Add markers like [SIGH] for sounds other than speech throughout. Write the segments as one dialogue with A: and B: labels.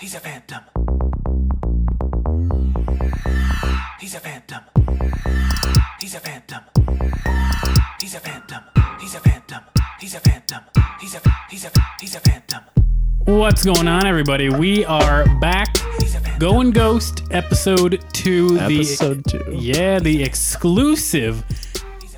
A: He's a phantom. He's a phantom. He's a phantom. He's a phantom. He's a phantom. He's a phantom. He's a he's a he's a phantom.
B: What's going on, everybody? We are back.
A: He's a phantom.
B: Going Ghost episode two.
C: Episode
B: the,
C: two.
B: Yeah, the exclusive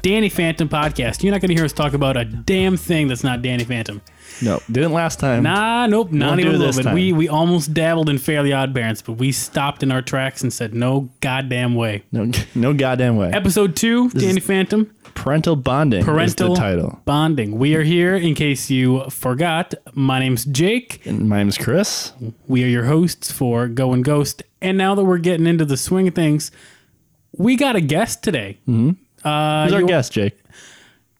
B: Danny Phantom podcast. You're not going to hear us talk about a damn thing that's not Danny Phantom.
C: No, didn't last time.
B: Nah, nope, not
C: Won't
B: even
C: do
B: a
C: it
B: little
C: this
B: bit.
C: time.
B: We we almost dabbled in Fairly Odd Parents, but we stopped in our tracks and said, no goddamn way.
C: No, no goddamn way.
B: Episode two, Danny Phantom.
C: Parental bonding
B: Parental
C: is the title.
B: bonding. We are here in case you forgot. My name's Jake.
C: And my name's Chris.
B: We are your hosts for Go and Ghost. And now that we're getting into the swing of things, we got a guest today.
C: Who's our
B: Uh, you-
C: guest, Jake?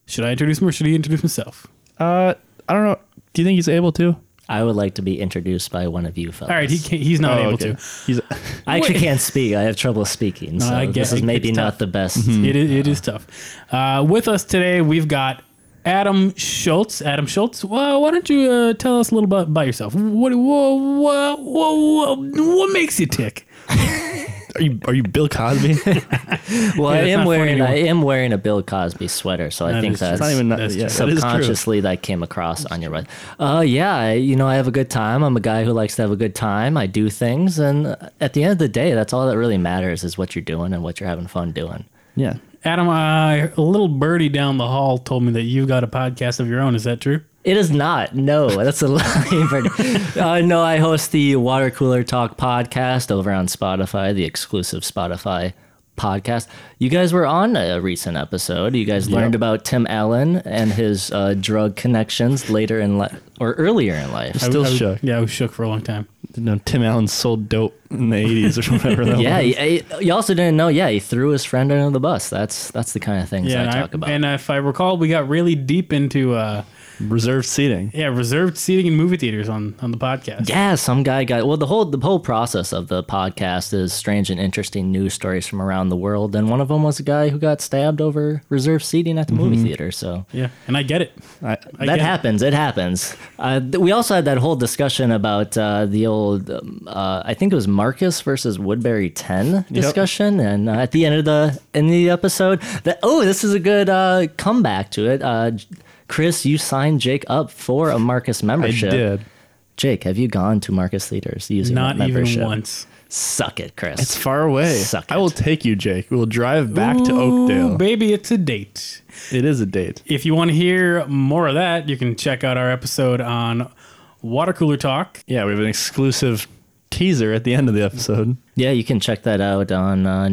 B: Should I introduce him or should he introduce himself?
C: Uh, I don't know. Do you think he's able to?
D: I would like to be introduced by one of you fellas.
B: All right, he can't, he's not
C: Oh,
B: able
C: okay.
B: to.
C: He's
D: I actually
B: Wait.
D: can't speak. I have trouble speaking, so
B: I get
D: this is
B: it.
D: maybe
B: It's
D: not
B: tough. Mm-hmm.
D: the best.
B: It is, it is tough. Uh, with us today, we've got Adam Schultz. Adam Schultz, well, why don't you uh, tell us a little bit about yourself? What, whoa, whoa, whoa, whoa, what makes you tick?
C: [LAUGHS] are you are you
B: [LAUGHS]
C: Bill Cosby? it's
D: [LAUGHS] Well,
B: Yeah,
D: I
B: it's not
D: am
B: funny
D: wearing
B: anymore.
D: I am wearing a Bill Cosby sweater, so I think
B: is true.
D: that's
C: not even
B: That's
C: yeah,
B: true.
C: that is true.
D: subconsciously that came across on your right. Uh, yeah, I, you know, I have a good time. I'm a guy who likes to have a good time. I do things, and at the end of the day, that's all that really matters is what you're doing and what you're having fun doing.
C: Yeah.
B: Adam, uh, a little birdie down the hall told me that you've got a podcast of your own. Is that true?
D: It is not. No, that's a [LAUGHS] lie. But, uh, no, I host the Water Cooler Talk podcast over on Spotify, the exclusive Spotify podcast. You guys were on a recent episode. You guys learned about Tim Allen and his uh, drug connections later in life or earlier in life.
C: Still
B: I was-
C: shook.
B: Yeah, I was shook for a long time.
C: No, Tim Allen sold dope in the eighties or
B: [LAUGHS]
C: whatever. That
D: Yeah,
C: was.
D: he- he- you also didn't know. Yeah, he threw his friend under the bus. That's that's the kind of things
B: Yeah,
D: I
B: and
D: talk about.
B: and if I recall, we got really deep into uh,
C: Reserved seating.
B: yeah reserved seating in movie theaters on on the podcast.
D: Yeah, some guy got well. The whole the whole process of the podcast is strange and interesting news stories from around the world, and one of them was a guy who got stabbed over reserved seating at the movie theater. So
B: Yeah, and I get it.
C: I,
B: I
D: that
B: get it.
D: happens. It happens. Uh, th- we also had that whole discussion about uh, the old, um, uh, I think it was Marcus versus Woodbury Ten discussion, and uh, at the end of the in the episode, that oh, this is a good uh, comeback to it. Uh, J- Chris, you signed Jake up for a Marcus
C: I
D: membership.
C: did.
D: Jake, have you gone to Marcus Leaders using
B: Not
D: that membership?
B: even once.
D: Suck it, Chris.
C: It's far away.
D: Suck
C: I will
D: it.
C: take you, Jake. We'll drive back to
B: Ooh,
C: Oakdale.
B: baby, it's a date.
C: it is a date.
B: If you want to hear more of that, you can check out our episode on Water Cooler Talk.
C: Yeah, we have an exclusive teaser at the end of the episode.
D: yeah, you can check that out on uh,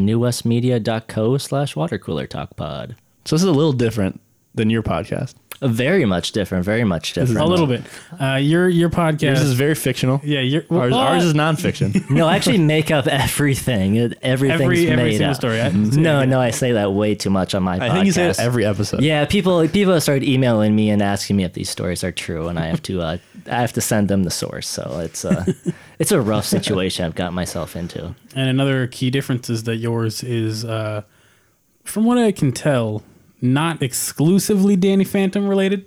D: newwestmedia.co slash watercooler talk pod.
C: So this is a little different than your podcast.
D: Very much different. Very much different.
B: A little bit. Uh, your your podcast.
C: Yours is very fictional.
B: yeah, your,
C: Ours,
B: well,
C: ours
B: uh,
C: is
D: [LAUGHS]
C: nonfiction.
D: No, I actually make up everything. It- Everything's
B: every
D: made
B: every single
D: up. Mm-hmm.
B: story. I-
D: No, no, I say that way too much on my
C: I
D: podcast.
C: think you say it every episode.
D: Yeah, people people have started emailing me and asking me if these stories are true, and I have to uh, I have to send them the source. So
C: [LAUGHS]
D: it's uh, it's a rough situation I've got myself into.
B: And another key difference is that yours is, uh, from what I can tell, not exclusively Danny Phantom related.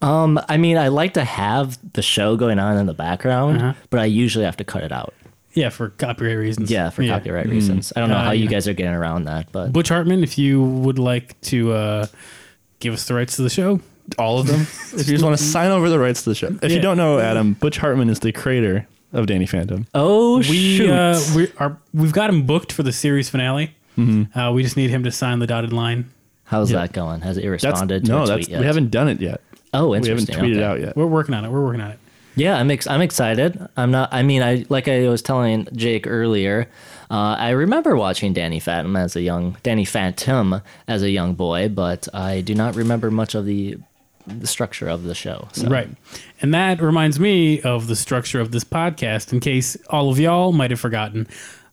D: Um, I mean, I like to have the show going on in the background,
B: Uh-huh.
D: but I usually have to cut it out.
B: Yeah, for copyright reasons.
D: Yeah, for copyright reasons. I don't know
B: Uh,
D: how
B: yeah.
D: you guys are getting around that, but
B: Butch Hartman, if you would like to uh, give us the rights to the show,
C: All of them. [LAUGHS] if you just want to sign over the rights to the show. If
B: Yeah.
C: you don't know, Adam, Butch Hartman is the creator of Danny Phantom.
D: oh
B: we
D: shoot,
B: uh, we are we've got him booked for the series finale.
C: Mm-hmm.
B: Uh, we just need him to sign the dotted line.
D: how's that going? Has it
C: That's
D: responded to
C: no,
D: a tweet
C: that's
D: yet?
C: we haven't done it yet.
D: Oh,
C: We haven't
D: interesting.
C: tweeted
D: okay.
C: out yet.
B: We're working on it. We're working on it.
D: Yeah, I'm ex- I'm excited. I'm not. I mean, I like I was telling Jake earlier. Uh, I remember watching Danny Phantom as a young Danny Phantom as a young boy, but I do not remember much of the the structure of the show. So.
B: Right. And that reminds me of the structure of this podcast in case all of y'all might have forgotten.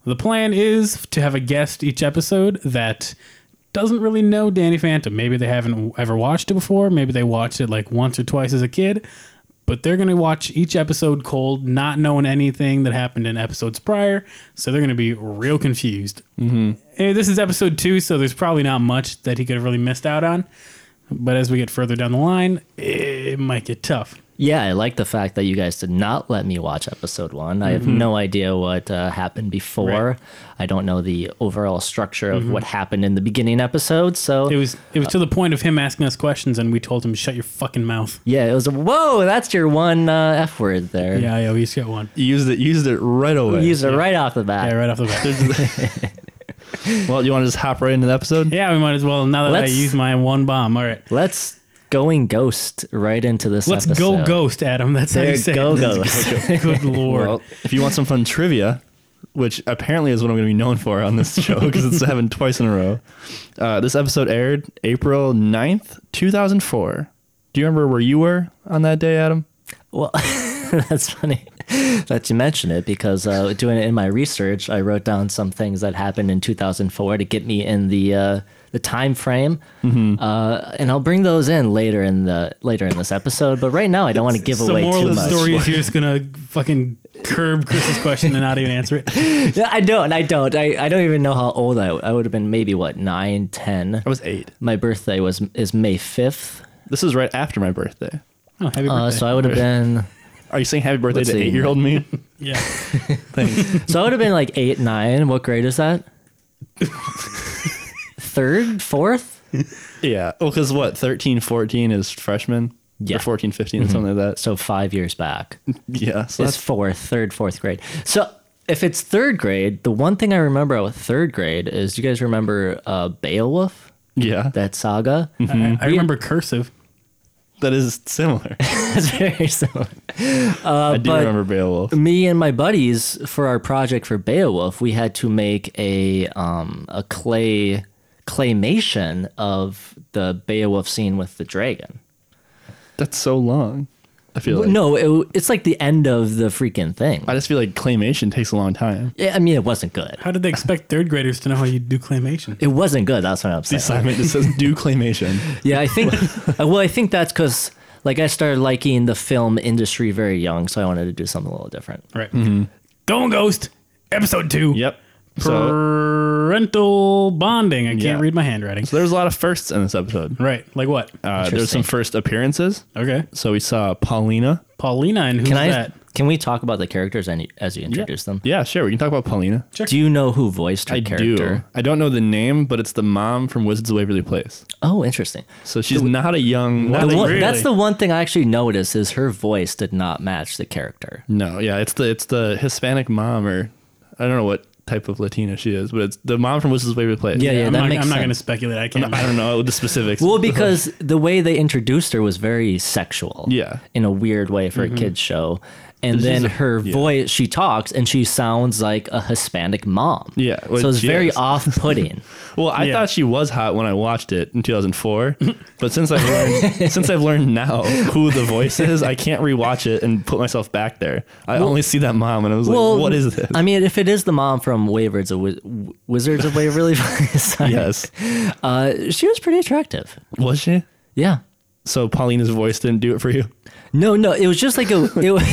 B: The plan is to have a guest each episode that doesn't really know Danny Phantom. Maybe they haven't ever watched it before. Maybe they watched it like once or twice as a kid. But they're going to watch each episode cold, not knowing anything that happened in episodes prior. So they're going to be real confused. Eh, This is episode two, so there's probably not much that he could have really missed out on. But as we get further down the line, it might get tough.
D: Yeah, I like the fact that you guys did not let me watch episode one. I
B: Mm-hmm.
D: have no idea what uh, happened before. I don't know the overall structure of what happened in the beginning episode. So
B: Mm-hmm. It was it was to the point of him asking us questions, and we told him, "Shut your fucking mouth."
D: yeah, it was whoa. That's your one uh, f word there.
B: Yeah, yeah, we just got one.
C: You used it. Used it right away.
D: Use it right off the bat.
B: Yeah, right off the bat.
C: well, you want to just hop right into the
B: [LAUGHS]
C: episode?
B: yeah, we might as well. Now that I
D: Let's-
B: used my one bomb, all right.
D: Let's going ghost right into this.
B: Let's go
D: episode.
B: ghost, Adam. That's how
D: There,
B: you say
D: go
B: it.
D: ghost. [LAUGHS]
B: Good lord.
C: Well, if you want some fun trivia, which apparently is what I'm going to be known for on this [LAUGHS] show because it's happened twice in a row. Uh, this episode aired April 9th, 2004. Do you remember where you were on that day, Adam?
D: Well, [LAUGHS] that's funny that you mention it because uh, doing it in my research, I wrote down some things that happened in 2004 to get me in the uh, the time frame,
B: Mm-hmm.
D: uh, and I'll bring those in later in the later in this episode. But right now,
B: [LAUGHS]
D: I don't want to give
B: so
D: away
B: moral
D: too
B: of the
D: much.
B: story is you're just gonna fucking curb Chris's question and not even answer it.
D: Yeah, [LAUGHS] I don't. I don't. I, I don't even know how old I I would have been. Maybe what nine, ten.
C: I was eight.
D: My birthday was is May 5th,
C: This is right after my birthday.
B: Oh, happy birthday.
D: uh, so I
B: [LAUGHS]
D: would have been.
C: Are you saying happy birthday
D: Let's
C: to
D: see.
C: eight year old [LAUGHS] me?
B: yeah.
D: So I would have been like eight, nine. What grade is that? Third, fourth?
C: yeah. Well, because what, 13, 14 is freshman?
D: Yeah.
C: Or 14, 15, something like that.
D: So five years back.
C: Mm-hmm. Yeah. So
D: It's
C: that's,
D: fourth, third, fourth grade. So if it's third grade, the one thing I remember about third grade is do you guys remember uh, Beowulf?
C: yeah.
D: That saga?
C: Mm-hmm.
B: I, I remember cursive.
C: that is similar.
D: That's very similar.
C: I do
D: but-
C: remember Beowulf.
D: me and my buddies for our project for Beowulf, we had to make a um, a clay claymation of the Beowulf scene with the dragon.
C: That's so long. I feel like.
D: No, it, it's like the end of the freaking thing.
C: I just feel like claymation takes a long time.
D: I, I mean, it wasn't good.
B: How did they expect third graders to know how you do claymation?
D: It wasn't good. That's what I'm
C: The
D: saying.
C: assignment just says do claymation.
D: Yeah, I think. uh, well, I think that's because like I started liking the film industry very young, so I wanted to do something a little different.
B: Right.
D: Mm-hmm.
B: Going Ghost, episode two.
C: [LAUGHS] Yep. So,
B: Parental bonding. I can't
C: Yeah.
B: read my handwriting.
C: so there's a lot of firsts in this episode.
B: Right. Like what?
C: Uh, there's some
D: Interesting.
C: first appearances.
B: Okay.
C: So we saw Paulina.
B: Paulina and who's
D: Can I?
B: that?
D: Can we talk about the characters and as you introduce them?
C: Yeah, sure. We can talk about Paulina.
D: Do you know who voiced her
C: I
D: character?
C: do. I don't know the name, but it's the mom from Wizards of Waverly Place.
D: Oh, interesting.
C: So she's not a young. Not
B: The
C: a-
D: One-
B: Really?
D: That's the one thing I actually noticed is her voice did not match the character.
C: no, yeah, it's the it's the Hispanic mom or I don't know what type of Latina she is, but it's the mom from Wizards of Waverly Place.
D: Yeah, yeah,
B: I'm
D: that
B: not,
D: makes
B: I'm not
D: sense.
B: going to speculate. I can't.
C: I don't know the specifics.
D: Well, because the way they introduced her was very sexual.
C: Yeah.
D: In a weird way for a kids show. And
C: This is
D: then
C: a-
D: her
C: yeah.
D: voice, she talks and she sounds like a Hispanic mom.
C: Yeah, well,
D: so it's
C: she
D: very
C: is.
D: off putting.
C: [LAUGHS] Well, I
B: Yeah.
C: thought she was hot when I watched it in 2004, but since I've learned, since I've learned now who the voice is, I can't rewatch it and put myself back there. I only see that mom, and I was
D: well,
C: like, "What is this?"
D: I mean, if it is the mom from Waverds of Wiz- Wizards of Waverly [LAUGHS] Place,
C: yes,
D: uh, she was pretty attractive.
C: was she?
D: Yeah.
C: So Paulina's voice didn't do it for you.
D: No, no, it was just like a. It, wa- [LAUGHS]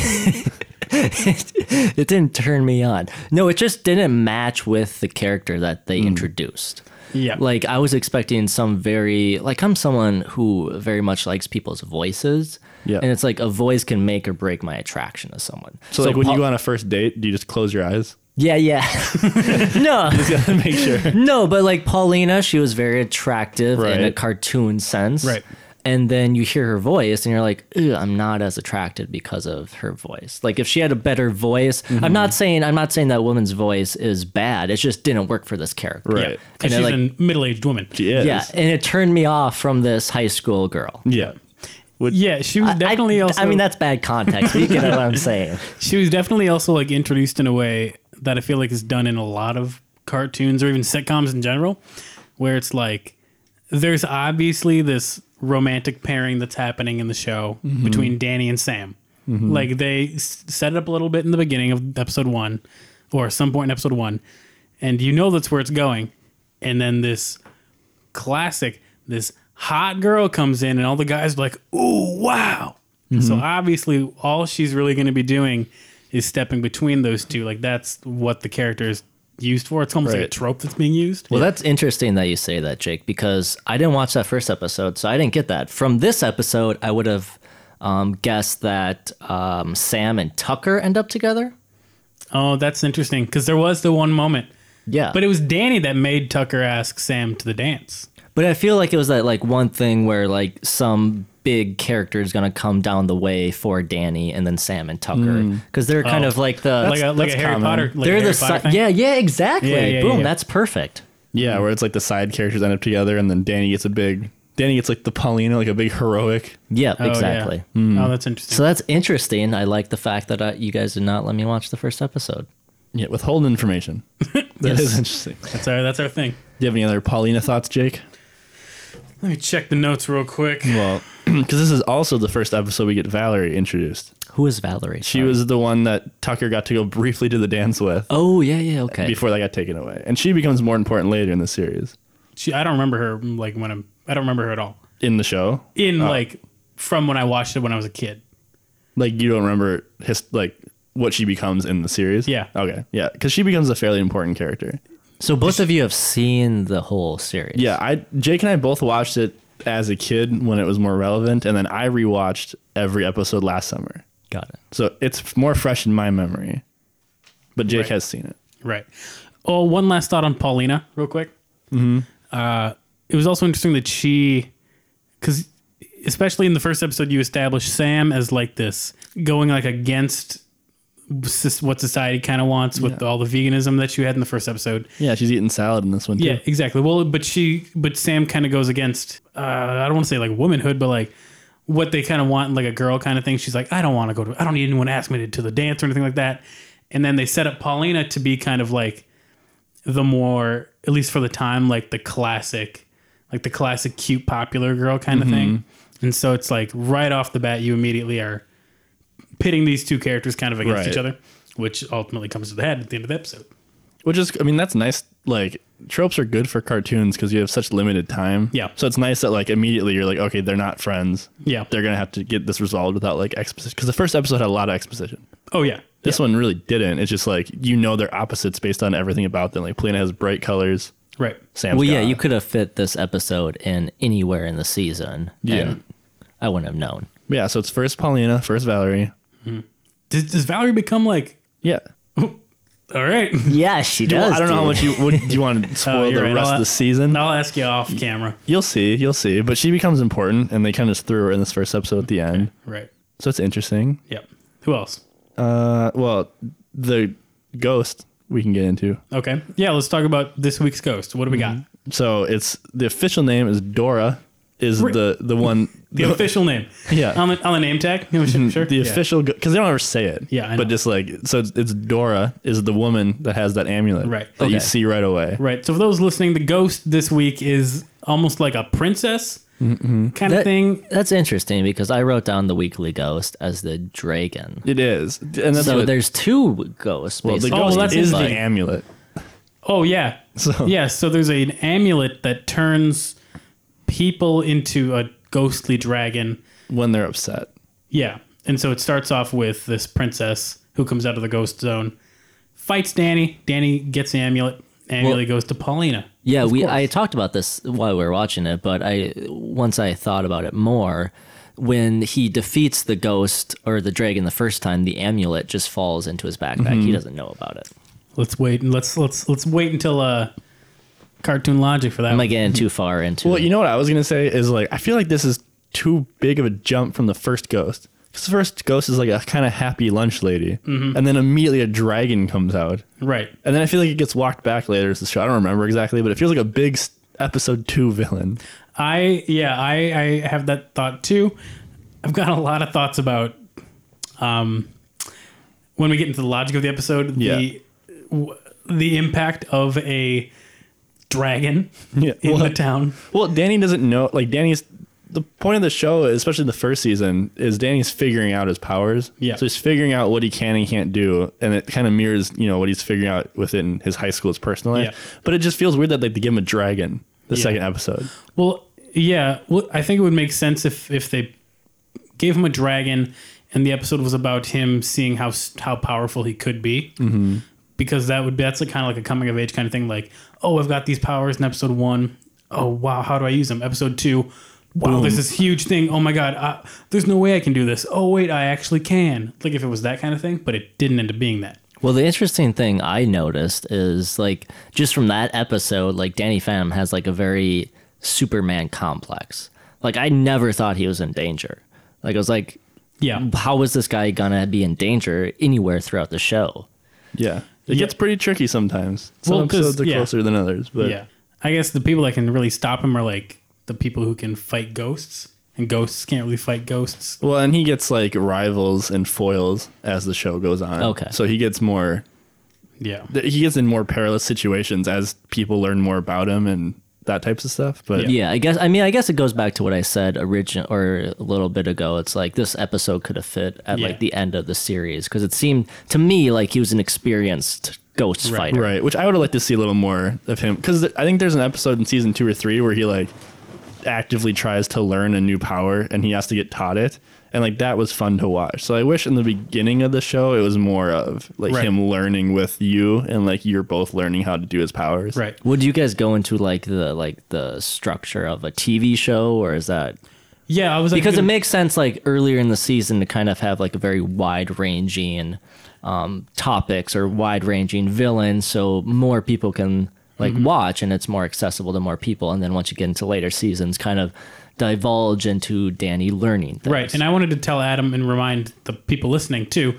D: it didn't turn me on. No, it just didn't match with the character that
C: Hmm.
D: they introduced.
B: Yeah.
D: Like I was expecting some very like I'm someone who very much likes people's voices.
C: Yeah.
D: And it's like a voice can make or break my attraction to someone.
C: So, like when
D: Paul-
C: you go on a first date, do you just close your eyes? [LAUGHS]
D: Yeah, yeah. [LAUGHS] no.
C: Gotta make sure.
D: No, but like Paulina, she was very attractive in a
C: Right.
D: cartoon sense.
B: Right.
D: And then you hear her voice and you're like, "Ew, I'm not as attracted because of her voice. Like if she had a better voice,
B: Mm-hmm.
D: I'm not saying I'm not saying that woman's voice is bad. It just didn't work for this character.
C: Right.
B: Yeah. 'Cause she's
D: And they're like-
B: a middle-aged woman.
C: She is.
D: Yeah. And it turned me off from this high school girl.
C: Yeah. Would,
B: Yeah, she was
D: I-
B: definitely
D: I,
B: also.
D: I mean that's bad context. but you get what
B: [LAUGHS]
D: I'm saying.
B: she was definitely also like introduced in a way that I feel like is done in a lot of cartoons or even sitcoms in general, where it's like there's obviously this romantic pairing that's happening in the show between Danny and Sam. Like they s- set it up a little bit in the beginning of episode one, or some point in episode one, and you know that's where it's going, and then this classic, this hot girl comes in, and all the guys are like, "Ooh, wow!" So
D: Mm-hmm.
B: obviously, all she's really going to be doing is stepping between those two. Like that's what the character is used for. It's almost like a
C: Right.
B: trope that's being used.
D: Well, that's interesting that you say that, Jake, because I didn't watch that first episode, so I didn't get that. From this episode, I would have um, guessed that um, Sam and Tucker end up together.
B: Oh, that's interesting because there was the one moment,
D: Yeah,
B: but it was Danny that made Tucker ask Sam to the dance.
D: But I feel like it was that like one thing where like some big character is gonna come down the way for Danny and then Sam and Tucker because they're kind
B: Oh.
D: of like the
B: like a like
C: that's
B: a Harry
C: common.
B: Potter. Like a
D: they're
B: Harry
D: the
B: Potter
D: si-
B: thing.
D: yeah yeah exactly
B: Yeah, yeah,
D: boom
B: yeah.
D: that's perfect
C: Yeah, where it's like the side characters end up together, and then Danny gets a big. Danny gets like the Paulina, like a big heroic.
D: yeah
B: Oh, yeah.
D: exactly Mm-hmm.
B: Oh, that's interesting.
D: so that's interesting I like the fact that I, you guys did not let me watch the first episode
C: Yeah, withholding information. [LAUGHS] That is interesting. Do
B: that's our that's our thing.
C: you have any other Paulina thoughts, Jake?
B: Let me check the notes real quick.
C: Well, [CLEARS THROAT] because this is also the first episode we get Valerie introduced.
D: who is Valerie
C: She was the one that Tucker got to go [LAUGHS] briefly to the dance with
D: oh yeah yeah okay
C: before they got taken away, and she becomes more important later in the series.
B: She, I don't remember her like when I'm. I don't remember her at all.
C: In the show,
B: In
D: Oh.
B: like from when I watched it when I was a kid.
C: like you don't remember his like what she becomes in the series.
B: Yeah.
C: Okay. Yeah, because she becomes a fairly important character.
D: so both of you have seen the whole series
C: Yeah, I Jake and I both watched it as a kid when it was more relevant, and then I rewatched every episode last summer,
D: got it
C: so it's f- more fresh in my memory. But Jake has seen it.
B: Right. Oh, one last thought on Paulina, real quick. Mm-hmm. Uh, it was also interesting that she, because especially in the first episode, you establish Sam as like this going like against sus- what society kind of wants with all the veganism that you had in the first episode.
C: Yeah, she's eating salad in this one. Too.
B: Yeah, exactly. Well, but she, but Sam kind of goes against. Uh, I don't want to say like womanhood, but like what they kind of want, like a girl kind of thing. She's like, I don't want to go to. I don't need anyone to ask me to, to the dance or anything like that. And then they set up Paulina to be kind of like the more, at least for the time, like the classic, like the classic cute popular girl kind of thing. And so it's like right off the bat, you immediately are pitting these two characters kind of against
C: Right.
B: each other, which ultimately comes to the head at the end of the episode.
C: which is I mean that's nice. Like tropes are good for cartoons because you have such limited time.
B: Yeah.
C: so it's nice that like immediately you're like, okay, they're not friends.
B: Yeah.
C: they're gonna have to get this resolved without like exposition because the first episode had a lot of exposition.
B: Oh yeah,
C: This one really didn't. It's just like you know they're opposites based on everything about them. Like Polina has bright colors.
B: right.
C: Sam's
D: well, yeah,
C: got-
D: you could have fit this episode in anywhere in the season.
C: Yeah.
D: and I wouldn't
C: [LAUGHS]
D: have known.
C: yeah. So it's first Paulina, first Valerie.
B: Does, does Valerie become like,
C: Yeah.
B: all right? [LAUGHS]
D: Yeah, she does.
C: Well, I don't know how much you would. Do you want to spoil
B: Uh, you're
C: the
B: right.
C: rest
B: I'll-
C: of the season?
B: I'll ask you off camera.
C: You'll see. You'll see. But she becomes important, and they kind of just threw her in this first episode at the end.
B: Right.
C: So it's interesting.
B: Yep. Who else?
C: Uh, well, the ghost we can get into.
B: Okay. Yeah, let's talk about this week's ghost. What do we
C: Mm-hmm.
B: got?
C: So it's the official name is Dora. Is
B: Re-
C: the the one
B: [LAUGHS] The official name.
C: Yeah. Mm-hmm.
B: On the, on the name tag? [LAUGHS] You know, sure. sure.
C: [LAUGHS] the
B: Yeah.
C: official because they don't ever say it.
B: Yeah, I know.
C: but just like so, it's, it's Dora is the woman that has that amulet,
B: Right.
C: That
D: Okay.
C: you see right away.
B: Right. So for those listening, the ghost this week is almost like a princess
C: Mm-hmm.
B: kind of
D: That-
B: thing.
D: That's interesting because I wrote down the weekly ghost as the dragon.
C: It is, and that's
D: so
C: what,
D: there's two ghosts.
C: well, the
D: basically.
C: ghost
B: Oh, well, that's
C: is the
B: interesting.
C: amulet.
B: Oh yeah.
C: So-
B: yeah. So there's a, an amulet that turns people into a ghostly dragon.
C: when they're upset.
B: Yeah. And so it starts off with this princess who comes out of the ghost zone, fights Danny. Danny gets the amulet. Amulet
D: Well-
B: goes to Paulina.
D: Yeah, we I talked about this while we were watching it, but I once I thought about it more, when he defeats the ghost or the dragon the first time, the amulet just falls into his backpack. He doesn't know about it.
B: Let's wait and let's let's let's wait until uh cartoon logic for that.
D: Am I
B: one.
D: getting too far into?
C: Well,
D: it?
C: you know what I was gonna say is like I feel like this is too big of a jump from the first ghost. Because the first ghost is like a kind of happy lunch lady,
B: Mm-hmm.
C: and then immediately a dragon comes out,
B: right.
C: and then I feel like it gets walked back later as the show. I don't remember exactly, but it feels like a big s- episode two villain.
B: I yeah, I I have that thought too. I've got a lot of thoughts about um when we get into the logic of the episode,
C: Yeah.
B: the w- the impact of a dragon
C: Yeah,
B: in
C: well,
B: the town.
C: Well, Danny doesn't know. Like Danny's the point of the show, especially the first season, is Danny's figuring out his powers.
B: Yeah.
C: So he's figuring out what he can and can't do, and it kind of mirrors, you know, what he's figuring out within his high school, his personal life.
B: Yeah.
C: But it just feels weird that like they give him a dragon the
B: Yeah.
C: second episode.
B: Well, yeah. Well, I think it would make sense if if they gave him a dragon, and the episode was about him seeing how s- how powerful he could be. Mm-hmm. Because that would that's a kind of like a coming of age kind of thing. Like, oh, I've got these powers in episode one. Oh wow, how do I use them? Episode two, wow,
C: Boom.
B: there's this huge thing. Oh my God, uh, there's no way I can do this. Oh, wait, I actually can. Like if it was that kind of thing, but it didn't end up being that.
D: Well, the interesting thing I noticed is like just from that episode, like Danny Phantom has like a very Superman complex. Like I never thought he was in danger. Like I was like,
B: Yeah.
D: how was this guy gonna be in danger anywhere throughout the show?
C: Yeah. It
B: Yeah.
C: gets pretty tricky sometimes. Some
B: Well, 'cause-
C: episodes are
B: yeah.
C: closer than others, but
B: Yeah. I guess the people that can really stop him are like the people who can fight ghosts, and ghosts can't really fight ghosts.
C: well, and he gets like rivals and foils as the show goes on.
D: Okay.
C: So he gets more
B: Yeah.
C: th- he gets in more perilous situations as people learn more about him and that types of stuff. But
D: Yeah, I guess. I mean, I guess it goes back to what I said original or a little bit ago. It's like this episode could have fit at
B: Yeah.
D: like the end of the series because it seemed to me like he was an experienced ghost
B: Right.
D: fighter.
C: right, which I would have liked to see a little more of him because I think there's an episode in season two or three where he like actively tries to learn a new power and he has to get taught it, and like that was fun to watch. So I wish in the beginning of the show it was more of like
B: Right.
C: him learning with you and like you're both learning how to do his powers.
B: Right.
D: Would you guys go into like the like the structure of a TV show or is that
B: Yeah. I was like,
D: because it
B: gonna-
D: makes sense like earlier in the season to kind of have like a very wide ranging um, topics or wide ranging villains so more people can like
C: Mm-hmm.
D: watch and it's more accessible to more people and then once you get into later seasons kind of divulge into Danny learning things.
B: Right. And I wanted to tell Adam and remind the people listening too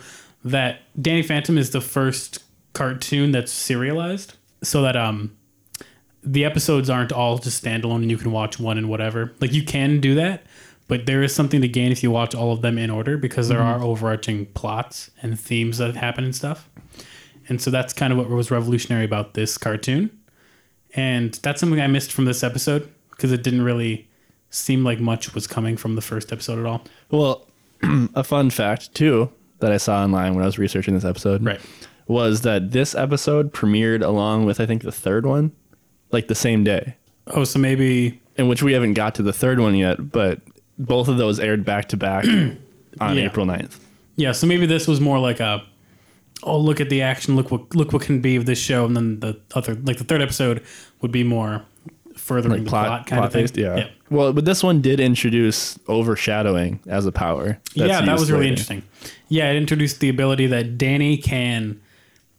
B: that Danny Phantom is the first cartoon that's serialized so that um the episodes aren't all just standalone and you can watch one and whatever. Like you can do that, but there is something to gain if you watch all of them in order because there are overarching plots and themes that happen and stuff. And so that's kind of what was revolutionary about this cartoon. And that's something I missed from this episode because it didn't really seem like much was coming from the first episode at all.
C: Well, [CLEARS THROAT] a fun fact too that I saw online when I was researching this episode,
B: Right.
C: was that this episode premiered along with I think the third one, like the same day,
B: Oh, so maybe
C: in which we haven't got to the third one yet, but both of those aired back
B: [CLEARS THROAT]
C: to back on
B: Yeah.
C: April 9th.
B: yeah, so maybe this was more like a oh look at the action, look what look what can be of this show, and then the other like the third episode would be more furthering the plot, kind of thing.
C: based, yeah. Well, but this one did introduce overshadowing as a power. that's
B: yeah, that
C: used
B: was really
C: later.
B: interesting. Yeah, it introduced the ability that Danny can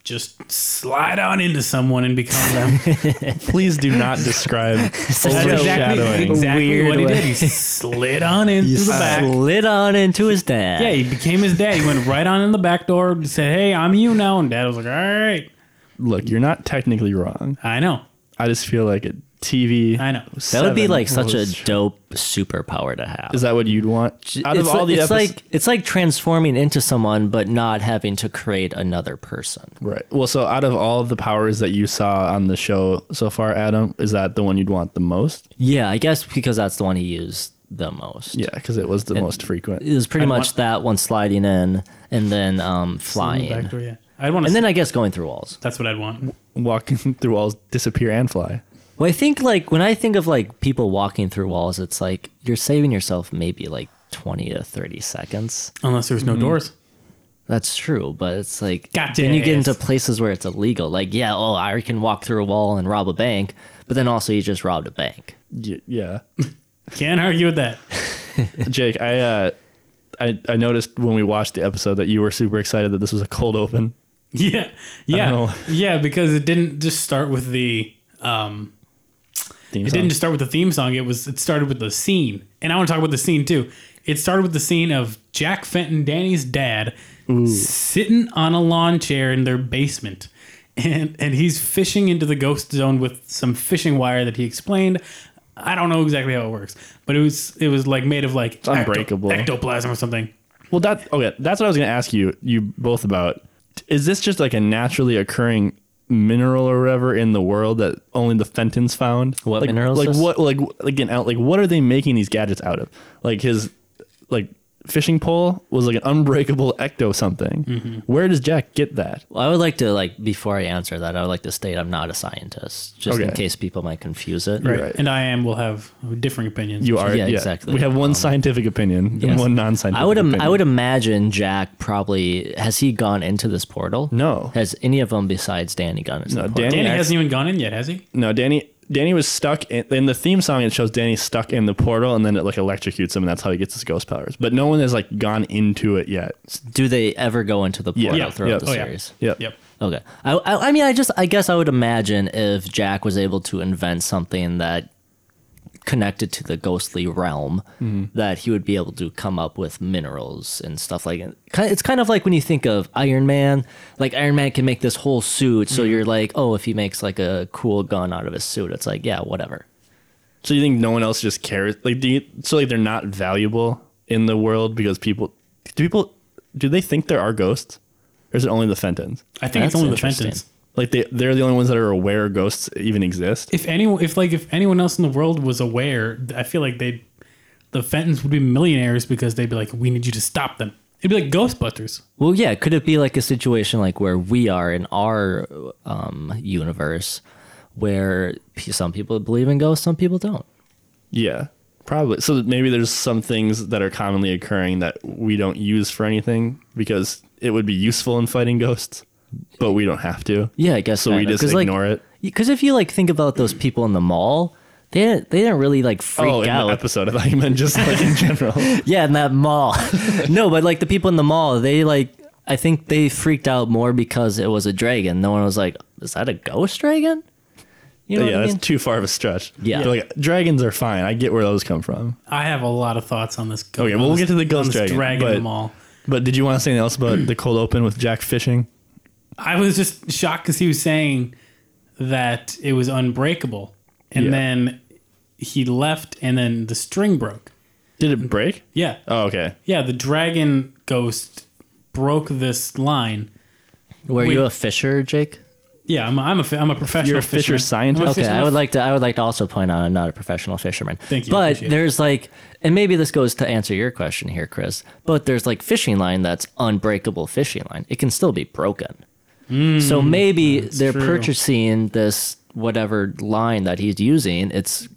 B: just slide on into someone and become them. [LAUGHS]
C: Please do not [LAUGHS] describe
D: That's
B: exactly,
C: overshadowing.
B: exactly
D: Weird
B: what he
D: way.
B: did. He slid on in through the back.
D: slid on into his dad
B: Yeah, he became his dad. He went right on in the back door and said, Hey, I'm you now. And dad was like, All right.
C: Look, you're not technically wrong.
B: I know.
C: I just feel like a TV.
B: I know.
D: that would be
C: seven
D: like such a
C: was-
D: dope superpower to have
C: Is that what you'd want? Out of
D: it's
C: all
D: like,
C: the
D: it's
C: episodes,
D: like it's like transforming into someone but not having to create another person
C: right? Well, so out of all the powers that you saw on the show so far, Adam, is that the one you'd want the most?
D: Yeah, I guess because that's the one he used the most.
C: Yeah, because it was the most frequent.
D: It was pretty much that one sliding in and then um, flying.
B: Back door, yeah. I'd want to.
D: And then I guess going through walls.
B: that's what I'd want.
C: Walking [LAUGHS] through walls, disappear and fly.
D: Well, I think like when I think of like people walking through walls, it's like you're saving yourself maybe like 20 to 30 seconds.
B: Unless there's no doors.
D: That's true, but it's like
B: Gotcha.
D: then you get into places where it's illegal. Like, yeah, oh, I can walk through a wall and rob a bank, but then also you just robbed a bank.
C: Y- [LAUGHS] yeah,
B: Can't argue with that. [LAUGHS]
C: Jake, I, uh, I I noticed when we watched the episode that you were super excited that this was a cold open.
B: Yeah.
C: know.
B: Yeah. Yeah, because it didn't just start with the. um,
C: Theme
B: It
C: song.
B: didn't just start with the theme song. It was. It started with the scene, and I want to talk about the scene too. It started with the scene of Jack Fenton, Danny's dad, sitting on a lawn chair in their basement, and and he's fishing into the ghost zone with some fishing wire that he explained. I don't know exactly how it works, but it was it was like made of like ecto-
C: unbreakable.
B: ectoplasm or something.
C: Well, that okay. That's what I was going to ask you, you both about. Is this just like a naturally occurring mineral or whatever in the world that only the Fentons found?
D: What
C: like,
D: mineral is
C: Like
D: this?
C: what? Like again, out. Like what are they making these gadgets out of? Like his, like fishing pole was like an unbreakable ecto something.
D: Mm-hmm.
C: Where does Jack get that?
D: Well, I would like to like before I answer that, I would like to state I'm not a scientist, just in
C: Okay.
D: case people might confuse it.
C: Right.
B: And I am will have differing opinions.
C: You are
D: Yeah,
C: yeah,
D: exactly. Um,
C: We have one scientific opinion and
D: Yes.
C: one non-scientific.
D: I would Im-
C: Opinion.
D: I would imagine Jack probably has he gone into this portal?
C: No.
D: Has any of them besides Danny gone into
C: No,
D: the portal?
C: Dan-
B: Danny
C: Next.
B: hasn't even gone in yet, has he?
C: No, Danny. Danny was stuck in, in the theme song. It shows Danny stuck in the portal, and then it like electrocutes him, and that's how he gets his ghost powers. But no one has like gone into it yet.
D: Do they ever go into the portal
C: Yeah.
D: throughout
C: Yeah.
D: the
C: Oh,
B: yeah.
D: series?
C: Yep.
B: Yep.
D: Okay. I, I, I mean, I just, I guess I would imagine if Jack was able to invent something that connected to the ghostly realm,
C: Mm-hmm.
D: that he would be able to come up with minerals and stuff like it. Ki- It's kind of like when you think of Iron Man, like Iron Man can make this whole suit.
C: Mm-hmm.
D: So you're like, oh, if he makes like a cool gun out of his suit, it's like, yeah, whatever.
C: So you think no one else just cares? Like, do you, so like they're not valuable in the world because people do people do they think there are ghosts, or is it only the Fentons?
B: I think it's
D: That's
B: only the
D: interesting.
B: Fentons.
C: Like they they're the only ones that are aware ghosts even exist.
B: If anyone, if like if anyone else in the world was aware, I feel like they, the Fentons would be millionaires because they'd be like, "We need you to stop them." It'd be like Ghostbusters.
D: Well, yeah, could it be like a situation like where we are in our um, universe where p- some people believe in ghosts, some people don't?
C: Yeah, probably. So that maybe there's some things that are commonly occurring that we don't use for anything because it would be useful in fighting ghosts, but we don't have to.
D: Yeah, I guess
C: So we just ignore it.
D: Because if you like think about those people in the mall, they didn't, they didn't really like freak
C: oh, in
D: out.
C: the episode, I thought you meant just like
D: [LAUGHS]
C: in general.
D: yeah, in that [LAUGHS] mall. no, but like the people in the mall, they like I think they freaked out more because it was a dragon. No one was like, "Is that a ghost dragon?" You know
C: yeah,
D: what I
C: that's
D: mean?
C: too far of a stretch.
D: Yeah.
C: They're like dragons are fine. I get where those come from.
B: I have a lot of thoughts on this.
C: Okay, well, we'll get to the ghost
B: on this
C: dragon,
B: Dragon
C: but-
B: Mall.
C: But did you want to say anything else about the cold open with Jack fishing?
B: I was just shocked because he was saying that it was unbreakable, and
C: Yeah.
B: then he left, and then the string broke.
C: Did it break?
B: Yeah,
C: Oh, okay.
B: yeah. The dragon ghost broke this line.
D: Were you
B: wait.
D: a fisher, Jake?
B: Yeah, I'm a, I'm a, fi- I'm a professional.
C: You're a fisher
B: fisherman.
C: scientist?
B: I'm a
C: Okay,
D: Okay,
B: fisherman.
D: I would like to. I would like to also point out, I'm not a professional fisherman.
B: Thank you,
D: But
B: appreciate it.
D: there's like, and maybe this goes to answer your question here, Chris. But there's like fishing line that's unbreakable fishing line. It can still be broken. so maybe they're
B: Hmm, true.
D: purchasing this whatever line that he's using. It's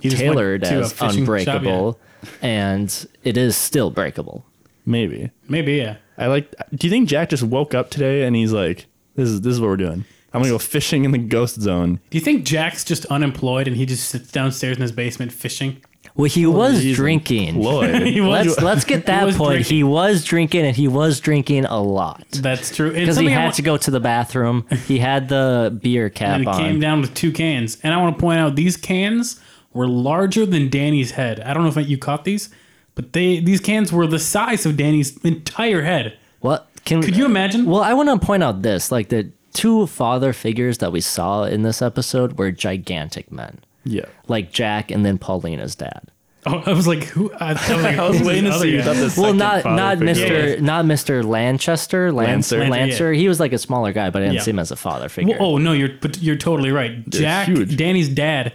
B: He just went
D: tailored
B: to a
D: as
B: fishing shop,
D: unbreakable, and it is still breakable.
C: Maybe.
B: yeah. Maybe yeah.
C: I like. Do you think Jack just woke up today and he's like, "This is this is what we're doing. I'm gonna go fishing in the ghost zone."
B: Do you think Jack's just unemployed and he just sits downstairs in his basement fishing?
D: Well,
B: Oh,
D: he was
C: he's
D: drinking.
C: Lloyd.
B: [LAUGHS] He was.
D: Let's let's get that
B: was
D: point.
B: drinking.
D: He was drinking, and he was drinking a lot.
B: That's true.
D: Because he had to go to the bathroom. He had the beer cap
B: And he
D: on.
B: came down with two cans. And I want to point out these cans were larger than Danny's head. I don't know if you caught these, but they these cans were the size of Danny's entire head.
D: What can
B: Could you imagine?
D: Well, I want to point out this: like the two father figures that we saw in this episode were gigantic men,
C: yeah.
D: like Jack and then Paulina's dad.
B: Oh, I was like, who? I, I was
C: [LAUGHS]
B: like,
D: [LAUGHS]
B: I was waiting to see.
D: well, not not Mister not Mister Lanchester
C: Lancer.
D: Lancer Lancer.
B: Lancer, yeah.
D: He was like a smaller guy, but I didn't
B: Yeah.
D: see him as a father figure.
B: Well, oh no, you're but you're totally right. Jack,
C: huge.
B: Danny's dad,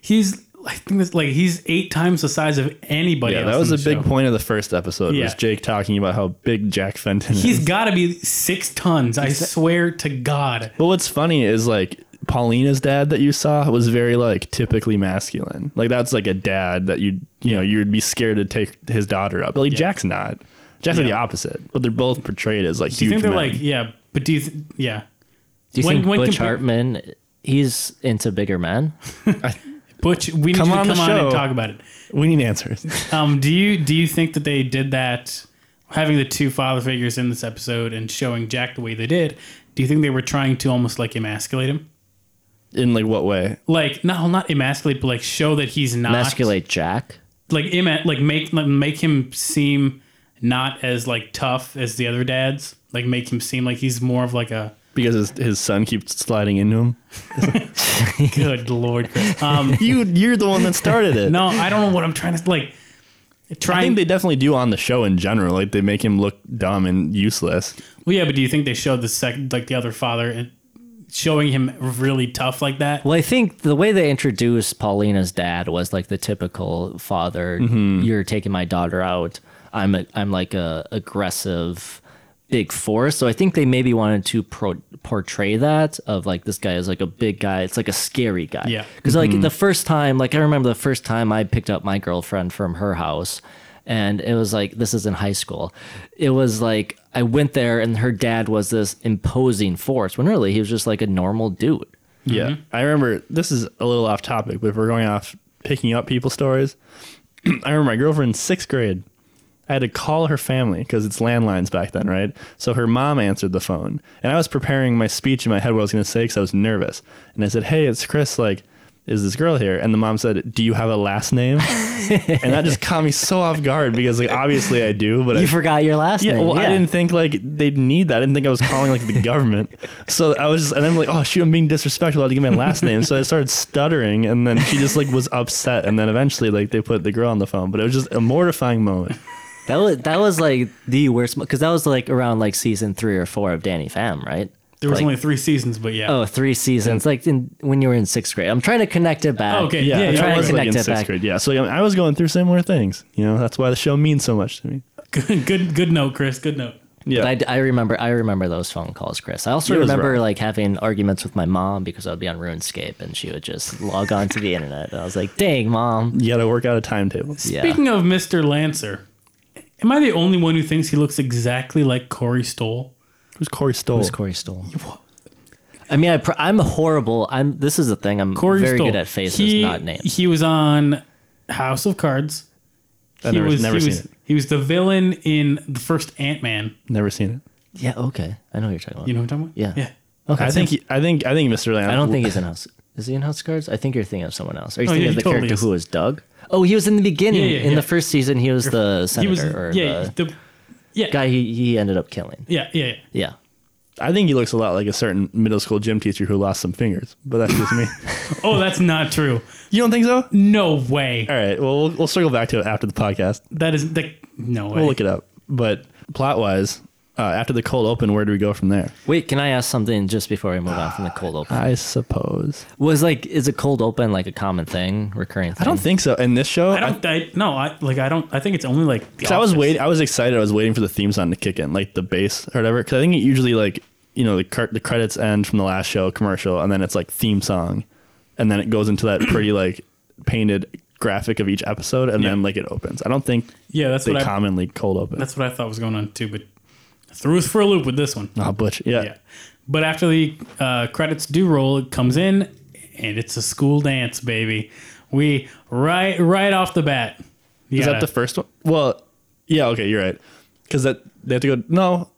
B: he's I think that's like he's eight times the size of anybody.
C: Yeah,
B: else
C: that was
B: in
C: a
B: the
C: big
B: show.
C: point of the first episode.
B: Yeah.
C: Was Jake talking about how big Jack Fenton is?
B: He's got to be six tons. I swear to God.
C: But what's funny is like Paulina's dad that you saw was very like typically masculine. Like that's like a dad that you you know you'd be scared to take his daughter up. But like Jack's not. Jack's like the opposite. But they're both portrayed as like
B: Do you
C: huge
B: think they're
C: men.
B: like, yeah, but do you, th- yeah,
D: Do you
B: when-
D: think
B: when
D: Butch
B: compa-
D: Hartman? He's into bigger men.
B: Butch, we need
C: Come
B: you to
C: on the
B: come on and
C: show.
B: talk about it.
C: we need
B: [LAUGHS]
C: answers.
B: Um, do you do you think that they did that, having the two father figures in this episode and showing Jack the way they did? Do you think they were trying to almost like emasculate him?
C: In like what way?
B: Like, no, not emasculate, but like show that he's not
D: Masculate Jack.
B: Like, ima- like make like, make him seem not as like tough as the other dads. Like, make him seem like he's more of like a
C: Because his, his son keeps sliding into him.
D: [LAUGHS]
B: good lord. Chris. Um,
C: You you're the one that started
B: [LAUGHS]
C: it.
B: no, I don't know what I'm trying to like.
C: I
B: Trying
C: think they definitely do on the show in general. Like they make him look dumb and useless.
B: Well, yeah, but do you think they showed the second, like the other father, and showing him really tough like that?
D: Well, I think the way they introduced Paulina's dad was like the typical father. You're taking my daughter out. I'm a, I'm like a aggressive big force. So I think they maybe wanted to pro- portray that of like this guy is like a big guy. It's like a scary guy.
B: Yeah.
D: Because like the first time, like I remember the first time I picked up my girlfriend from her house, and it was like this is in high school. It was like I went there, and her dad was this imposing force when really he was just like a normal dude.
C: Yeah. I remember this is a little off topic, but if we're going off picking up people's stories, [CLEARS THROAT] I remember my girlfriend in sixth grade. I had to call her family because it's landlines back then, right? So her mom answered the phone. And I was preparing my speech in my head what I was going to say because I was nervous. And I said, Hey, it's Chris. Like, is this girl here? And the mom said, Do you have a last name? [LAUGHS] and that just caught me so off guard because, like, obviously I do, but [LAUGHS] I
D: You forgot your last
C: yeah,
D: name.
C: well, I didn't think like they'd need that. I didn't think I was calling like
D: [LAUGHS]
C: the government. So I was just, and I'm like, oh shoot, I'm being disrespectful. I had to give my last name. So I started stuttering, and then she just like was upset, and then eventually like they put the girl on the phone. But it was just a mortifying moment.
D: That was that was like the worst because that was like around like season three or four of Danny Pham, right?
B: There was
D: Like-
B: only three seasons, but yeah.
D: oh three seasons, like in, when you were in sixth grade. I'm trying to connect it back.
B: Okay,
C: Yeah,
B: Yeah,
C: that
B: yeah,
D: right.
C: was like in
D: Connect it
C: sixth
D: back.
C: grade. Yeah, so I, mean, I was going through similar things. You know, that's why the show means so much to me.
B: [LAUGHS] good, good, good note, Chris. Good note.
C: Yeah,
D: But I, I remember I remember those phone calls, Chris. I also
C: Yours,
D: remember
C: Rob.
D: like having arguments with my mom because I would be on RuneScape and she would just log on to the internet. And I was like, "Dang, mom."
C: you got to work out a timetable.
D: Yeah.
B: Speaking of Mr. Lancer, am I the only one who thinks he looks exactly like Corey Stoll?
C: Who's Corey Stoll?
D: Who's Corey Stoll? I mean, I pr- I'm horrible. I'm. This is the thing. I'm
B: Corey
D: very
B: Stoll.
D: good at faces,
B: He-
D: not names.
B: He was on House of Cards.
C: I've
B: he
C: never,
B: was,
C: never
B: he
C: seen
B: was,
C: it.
B: He was the villain in the first Ant Man.
C: Never seen it.
D: Yeah. Okay. I know what you're talking about.
B: You know what I'm talking
D: Yeah.
B: about? Yeah.
D: Okay.
C: I think he, I think I think Mr. Lamb.
D: I don't think he's in house. Is he in house cards? I think you're thinking of someone else. Are you
B: Oh,
D: thinking
B: yeah,
D: of
B: he
D: the
B: totally
D: character
B: is.
D: who was Doug? Oh, he was in the beginning.
B: Yeah, yeah,
D: in
B: yeah.
D: the first season, he was the
B: He
D: senator
B: was,
D: or
B: yeah,
D: the
B: the, yeah,
D: guy he, he ended up killing.
B: yeah, yeah, yeah.
D: Yeah.
C: I think he looks a lot like a certain middle school gym teacher who lost some fingers, but that's just
D: [LAUGHS]
C: me.
B: Oh, that's not true.
C: you don't think so?
B: No way.
C: All right. Well, we'll, we'll circle back to it after the podcast.
B: That is that. No way.
C: We'll look it up. But plot wise, uh, after the cold open, where do we go from there?
D: Wait, can I ask something just before we move on from the cold open?
C: I suppose.
D: Was like, is a cold open like a common thing, recurring thing?
C: I don't think so. In this show,
B: I don't. I, no. I like. I don't. I think it's only like. The
C: Cause I was
B: Office.
C: waiting. I was excited. I was waiting for the theme song to kick in, like the bass or whatever. Because I think it usually like you know the cur- the credits end from the last show commercial, and then it's like theme song, and then it goes into
B: [CLEARS THROAT]
C: that pretty like painted graphic of each episode, and then like it opens. I don't think
B: Yeah, that's
C: they
B: what I.
C: commonly cold open.
B: that's what I thought was going on too, but threw us for a loop with this one.
C: Ah, Butch. Yeah.
B: Yeah. But after the uh, credits do roll, it comes in, and it's a school dance, baby. We right right off the bat. Yeah.
C: Is that the first one? Well, yeah. Okay, you're right. Because that they have to go. No,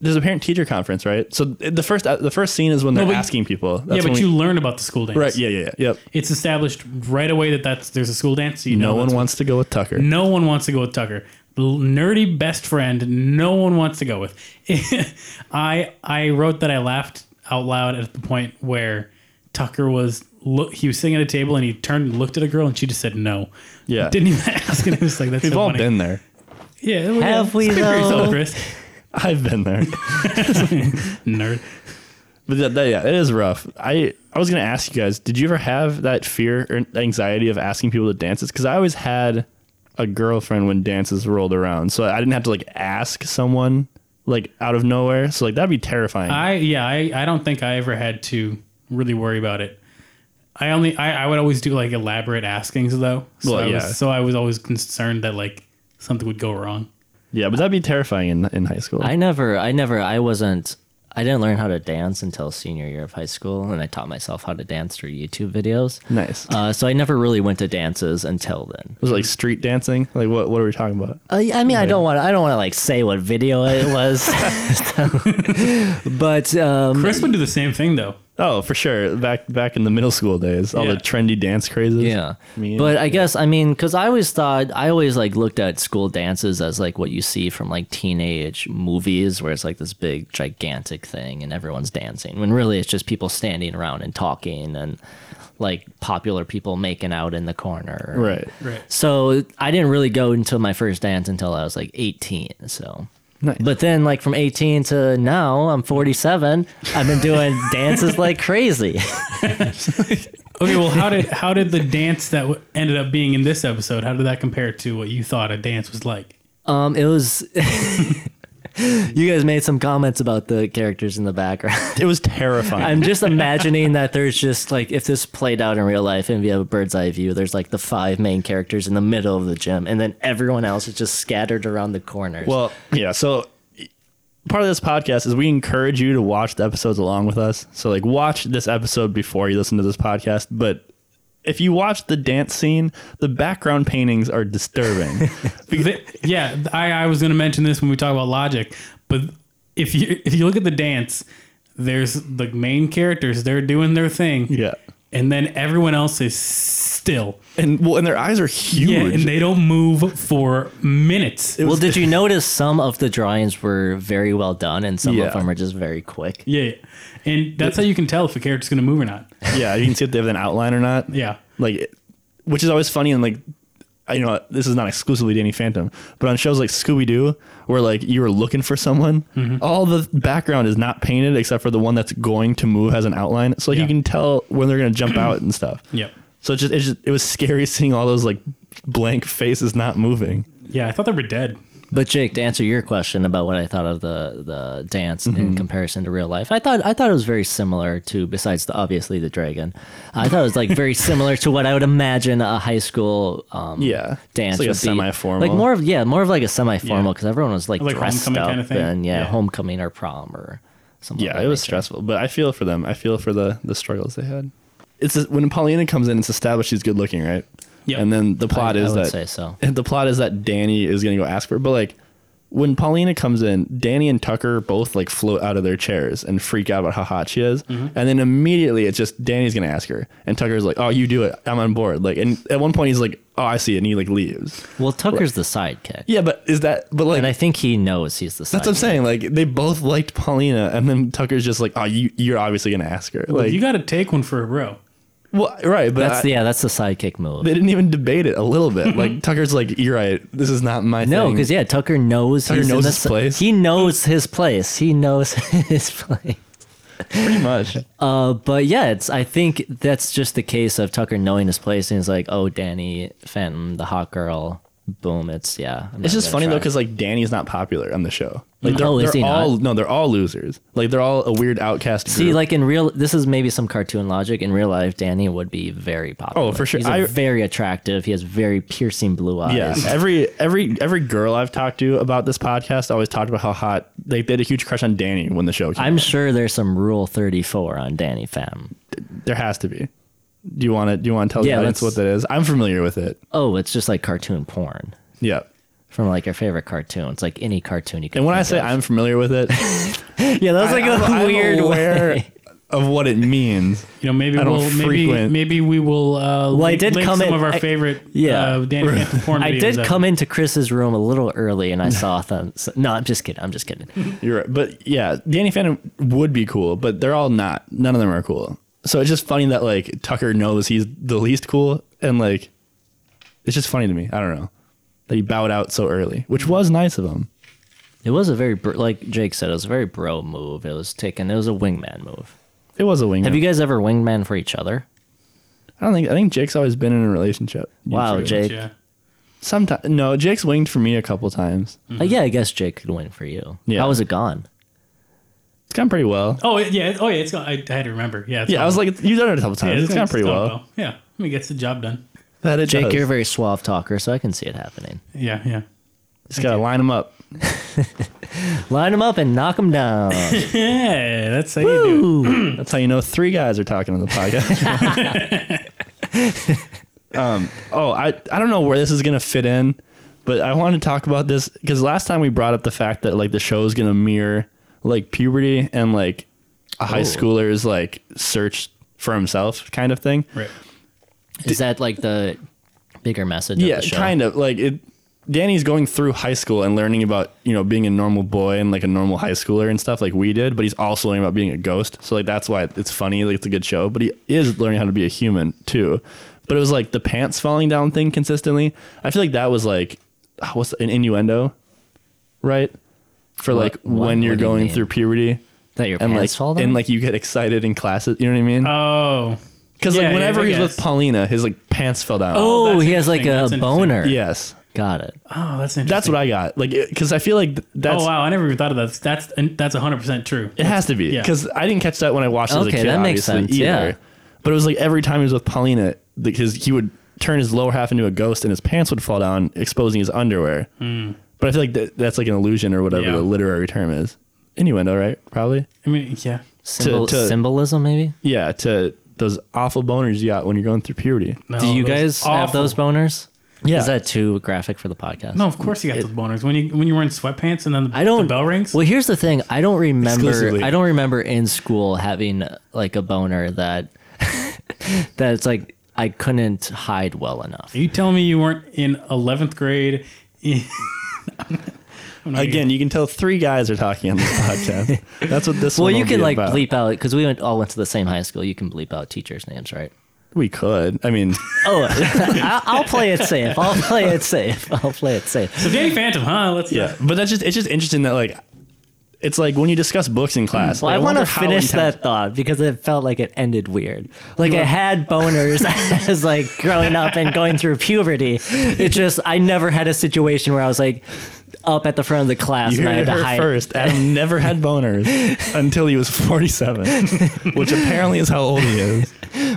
C: there's a parent teacher conference, right? So th- the first uh, the first scene is when they're
B: but-
C: asking people.
B: yeah,
C: That's
B: but
C: when
B: you
C: we-
B: learn about the school dance.
C: right? Yeah, yeah, yeah. Yep.
B: It's established right away that that's there's a school dance. So you
C: No
B: know
C: one
B: that's-
C: wants to go with Tucker.
B: No one wants to go with Tucker. L- Nerdy best friend. No one wants to go with. [LAUGHS] I I wrote that I laughed out loud at the point where Tucker was look. He was sitting at a table and he turned and looked at a girl and she just said no.
C: Yeah.
B: Didn't even [LAUGHS] ask. And it was like that's
C: We've
B: so
C: all
B: funny. [LAUGHS]
C: been there.
B: Yeah. well,
D: Have
B: yeah. [LAUGHS]
D: we,
B: Speak for yourself,
D: though?
B: Chris.
C: I've been there.
B: Nerd.
C: but that, that- yeah, it is rough. I I was gonna ask you guys. Did you ever have that fear or anxiety of asking people to dances? Because I always had a girlfriend when dances rolled around, so I didn't have to like ask someone like out of nowhere. So like that'd be terrifying.
B: I yeah. I I don't think I ever had to really worry about it. I only I, I would always do like elaborate askings though. So
C: Well,
B: I
C: yeah.
B: was, so I was always concerned that like something would go wrong.
C: Yeah, but that'd be terrifying in, in high school.
D: I never, I never, I wasn't, I didn't learn how to dance until senior year of high school, and I taught myself how to dance through YouTube videos.
C: nice.
D: Uh, so I never really went to dances until then.
C: was it like street dancing? Like what? What are we talking about?
D: Uh, I mean, I don't want, I don't want to like say what video
C: [LAUGHS]
D: it was, but um,
B: Chris would do the same thing though.
C: Oh, for sure. Back back in the middle school days, all
B: Yeah.
C: the trendy dance crazes.
D: yeah.
C: Me and-
D: But I guess I mean, because I always thought, I always like looked at school dances as like what you see from like teenage movies, where it's like this big gigantic thing and everyone's dancing, when really it's just people standing around and talking and like popular people making out in the corner,
C: Right.
B: Right.
D: So I didn't really go until my first dance until I was like 18. So,
C: Nice.
D: but then like from 18 to now, I'm 47. I've been doing dances like crazy.
B: Okay, well, how did how did the dance that w- ended up being in this episode? How did that compare to what you thought a dance was like?
D: Um, it was. [LAUGHS] you guys made some comments about the characters in the background. [LAUGHS]
C: It was terrifying.
D: I'm just imagining that there's just like if this played out in real life and we have a bird's eye view, there's like the five main characters in the middle of the gym, and then everyone else is just scattered around the corners.
C: Well, yeah. So part of this podcast is we encourage you to watch the episodes along with us. So like watch this episode before you listen to this podcast, but if you watch the dance scene, the background paintings are [LAUGHS] disturbing.
B: Th- yeah, I, I was going to mention this when we talk about logic, but if you if you look at the dance, there's the main characters they're doing their thing,
C: yeah.
B: and then everyone else is still,
C: And well, and their eyes are huge.
B: yeah, and they don't move for minutes.
D: Well, did you notice some of the drawings were very well done and some
C: Yeah.
D: of them are just very quick?
B: Yeah, and that's how you can tell if a character's going to move or not.
C: yeah, you can see if they have an outline or not.
B: Yeah,
C: like it- which is always funny and like I you know this is not exclusively Danny Phantom, but on shows like Scooby Doo, where like you were looking for someone,
B: Mm-hmm.
C: all the background is not painted except for the one that's going to move has an outline, so like
B: Yeah.
C: you can tell when they're gonna jump
B: [CLEARS THROAT]
C: out and stuff.
B: Yep.
C: So it's just, it's just it was scary [LAUGHS] seeing all those like blank faces not moving.
B: yeah, I thought they were dead.
D: But Jake, to answer your question about what I thought of the the dance
C: Mm-hmm.
D: in comparison to real life, I thought I thought it was very similar to besides the obviously the dragon. I thought it was like
C: [LAUGHS]
D: very similar to what I would imagine a high school um,
C: Yeah.
D: dance
C: It's like a
D: would be.
C: semi-formal.
D: like more of yeah, more of like a semi formal
B: Yeah.
D: because everyone was like,
B: Like
D: dressed
B: homecoming
D: up
B: kinda thing?
D: and yeah,
B: Yeah.
D: homecoming or prom or something.
C: Yeah,
D: like
C: it was
D: that.
C: stressful, but I feel for them. I feel for the the struggles they had. It's just- when Paulina comes in, it's established she's good looking, right?
B: Yep.
C: And then the plot
D: I
C: is
D: would
C: that
D: say so.
C: [LAUGHS] the plot is that Danny is gonna go ask for, it, but like when Paulina comes in, Danny and Tucker both like float out of their chairs and freak out about how hot she is, and then immediately it's just Danny's gonna ask her, and Tucker's like, "Oh, you do it. I'm on board." Like, and at one point he's like, "Oh, I see," it, and he like leaves.
D: Well, Tucker's the sidekick,
C: Yeah, but is that? But like,
D: and I think he knows he's the.
C: that's what I'm
D: sidekick.
C: saying. Like they both liked Paulina, and then Tucker's just like, "Oh, you you're obviously gonna ask her." Like,
B: You got to take one for a row.
C: well, right? But
D: That's
C: I-
D: yeah, that's the sidekick move.
C: they didn't even debate it a little [LAUGHS] bit. Like Tucker's like, "You're right. This is not my
D: No,
C: thing."
D: because yeah, Tucker knows
C: Tucker
D: he's in
C: knows
D: the
C: his
D: si-
C: place.
D: He knows his place. He knows [LAUGHS] his place.
C: pretty much.
D: Uh, but yeah, it's I think that's just the case of Tucker knowing his place, and he's like, "Oh, Danny Phantom, the hot girl." Boom! It's yeah. I'm
C: It's
D: not
C: just
D: gonna
C: funny though, 'cause though,
D: try.
C: because like Danny's not popular on the show. Like they're,
D: Oh, is
C: they're
D: he not?
C: all no, they're all losers. Like they're all a weird outcast.
D: see,
C: group.
D: like in real, this is maybe some cartoon logic. In real life, Danny would be very popular.
C: Oh, for sure.
D: He's a
C: I-
D: very attractive. He has very piercing blue eyes.
C: yeah, [LAUGHS] every every every girl I've talked to about this podcast always talked about how hot they, they had a huge crush on Danny when the show came.
D: I'm sure there's some Rule 34 on Danny Phantom.
C: there has to be. Do you want to do you want to tell
D: Yeah,
C: the audience what
D: let's-
C: that is? I'm familiar with it.
D: Oh, it's just like cartoon porn
C: Yeah.
D: from like your favorite cartoon. It's like any cartoon you can.
C: And when I
D: think
C: say
D: of.
C: I'm familiar with
D: [LAUGHS]
C: it,
D: Yeah, that was like
C: I'm-
D: a
C: I'm
D: weird
C: aware
D: way.
C: of what it means.
B: You know, maybe
C: I don't
B: we'll maybe
C: frequent-
B: maybe we will. Uh, well,
D: I did
B: link
D: come
B: some
D: in-
B: of our
D: I-
B: favorite.
D: yeah.
B: uh, Danny Phantom porn
D: I
B: videos
D: did
B: up.
D: come into Chris's room a little early and I saw them. So, no, I'm just kidding. I'm just kidding.
C: You're right. But yeah, Danny Phantom would be cool, but they're all not. None of them are cool. So it's just funny that like Tucker knows he's the least cool and like it's just funny to me. I don't know. That he bowed out so early, which was nice of him.
D: It was a very, br- like Jake said, it was a very bro move. It was taken, it was a wingman move.
C: It was a wing.
D: Have you guys ever wingman for each other?
C: I don't think I think Jake's always been in a relationship.
D: Wow, Jake.
B: Yeah.
C: Sometimes no, Jake's winged for me a couple times.
D: Uh, yeah, I guess Jake could win for you.
C: Yeah.
D: How was it gone?
C: It's gone pretty well.
B: Oh it- yeah. Oh yeah. It's. gone. I, I had to remember. Yeah. it's
C: Yeah, I
B: gone.
C: was like, you've done it a couple times.
B: Yeah,
C: it's gone pretty
B: gone
C: well.
B: Yeah. I mean, it gets the job done.
C: That it
D: Jake,
C: does.
D: you're a very suave talker, so I can see it happening.
B: Yeah. Yeah.
C: just gotta line them up.
D: Line them up and knock them down.
B: Yeah. That's how you do. it.
C: That's how you know three guys are talking on the podcast. um, oh, I, I don't know where this is going to fit in, but I wanted to talk about this because last time we brought up the fact that like the show is going to mirror like puberty and like a high schooler's like search for himself kind of thing.
B: Right.
D: Is that like the bigger message?
C: Yeah,
D: of the show?
C: kind of like it. Danny's going through high school and learning about you know being a normal boy and like a normal high schooler and stuff like we did, but he's also learning about being a ghost. So like that's why it's funny, like it's a good show. But he is learning how to be a human too. But it was like the pants falling down thing consistently. I feel like that was like ah, what's an innuendo, right? For
D: What-
C: like
D: what-
C: when you're
D: what do you
C: going
D: mean?
C: through puberty
D: That your
C: and
D: pants
C: like
D: fall down? Uh,
C: and like you get excited in classes. You know what I mean?
B: Oh.
C: Because
B: yeah,
C: like
B: yeah,
C: whenever
B: I
C: he's with
B: guess.
C: Paulina, his like pants fell down.
D: oh,
B: that's
D: he has like
B: interesting.
D: a
B: That's interesting.
D: boner.
C: yes.
D: Got it.
B: Oh, that's interesting.
C: That's what I got. Like, because I feel like th- that's
B: oh wow! I never even thought of that. That's that's hundred percent true.
C: it has to be
B: Yeah.
C: because I didn't catch that when I watched it as a
D: Okay,
C: kid.
D: that makes
C: obviously,
D: sense, yeah.
C: either. but it was like every time he was with Paulina, like his he would turn his lower half into a ghost and his pants would fall down, exposing his underwear. But I feel like that, that's like an illusion or whatever
B: Hmm. Yeah.
C: the literary term is. innuendo, right? Probably.
B: I mean, yeah.
D: Symbol,
C: to-
D: symbolism, maybe.
C: Yeah, to those awful boners you got when you're going through puberty.
B: No,
D: Do you
B: that
D: guys
B: was
D: have
B: Oh, awful.
D: those boners?
C: Yeah.
D: Is that too graphic for the podcast?
B: No, of course you got those boners when you when you're wearing sweatpants and then the,
D: I don't.
B: the bell rings.
D: Well, here's the thing. I don't remember.
C: Exclusively.
D: I don't remember in school having like a boner that [LAUGHS] that's like I couldn't hide well enough.
B: Are you telling me you weren't in 11th grade? in- I'm not
C: Again, you can tell three guys are talking on this
D: [LAUGHS]
C: podcast. That's what this.
D: Well,
C: one
D: you
C: will
D: can
C: be
D: like
C: about.
D: bleep out because we went, all went to the same high school. You can bleep out teachers' names, right?
C: We could. I mean,
D: Oh, [LAUGHS] I- I'll play it safe. I'll play it safe. I'll play it safe.
B: So Danny Phantom, huh? Let's
C: yeah, but that's just it's just interesting that like it's like when you discuss books in class.
D: Well,
C: like,
D: I want
C: wonder
D: to
C: how
D: finish
C: intense-
D: that thought because it felt like it ended weird. Like I
C: [LAUGHS]
D: had boners as like growing up and going through puberty. It just I never had a situation where I was like up at the front of the class
C: You
D: and I had
C: heard
D: to
C: her
D: hide.
C: first. Adam never had
B: [LAUGHS]
C: boners until he was 47, which apparently is how old he is.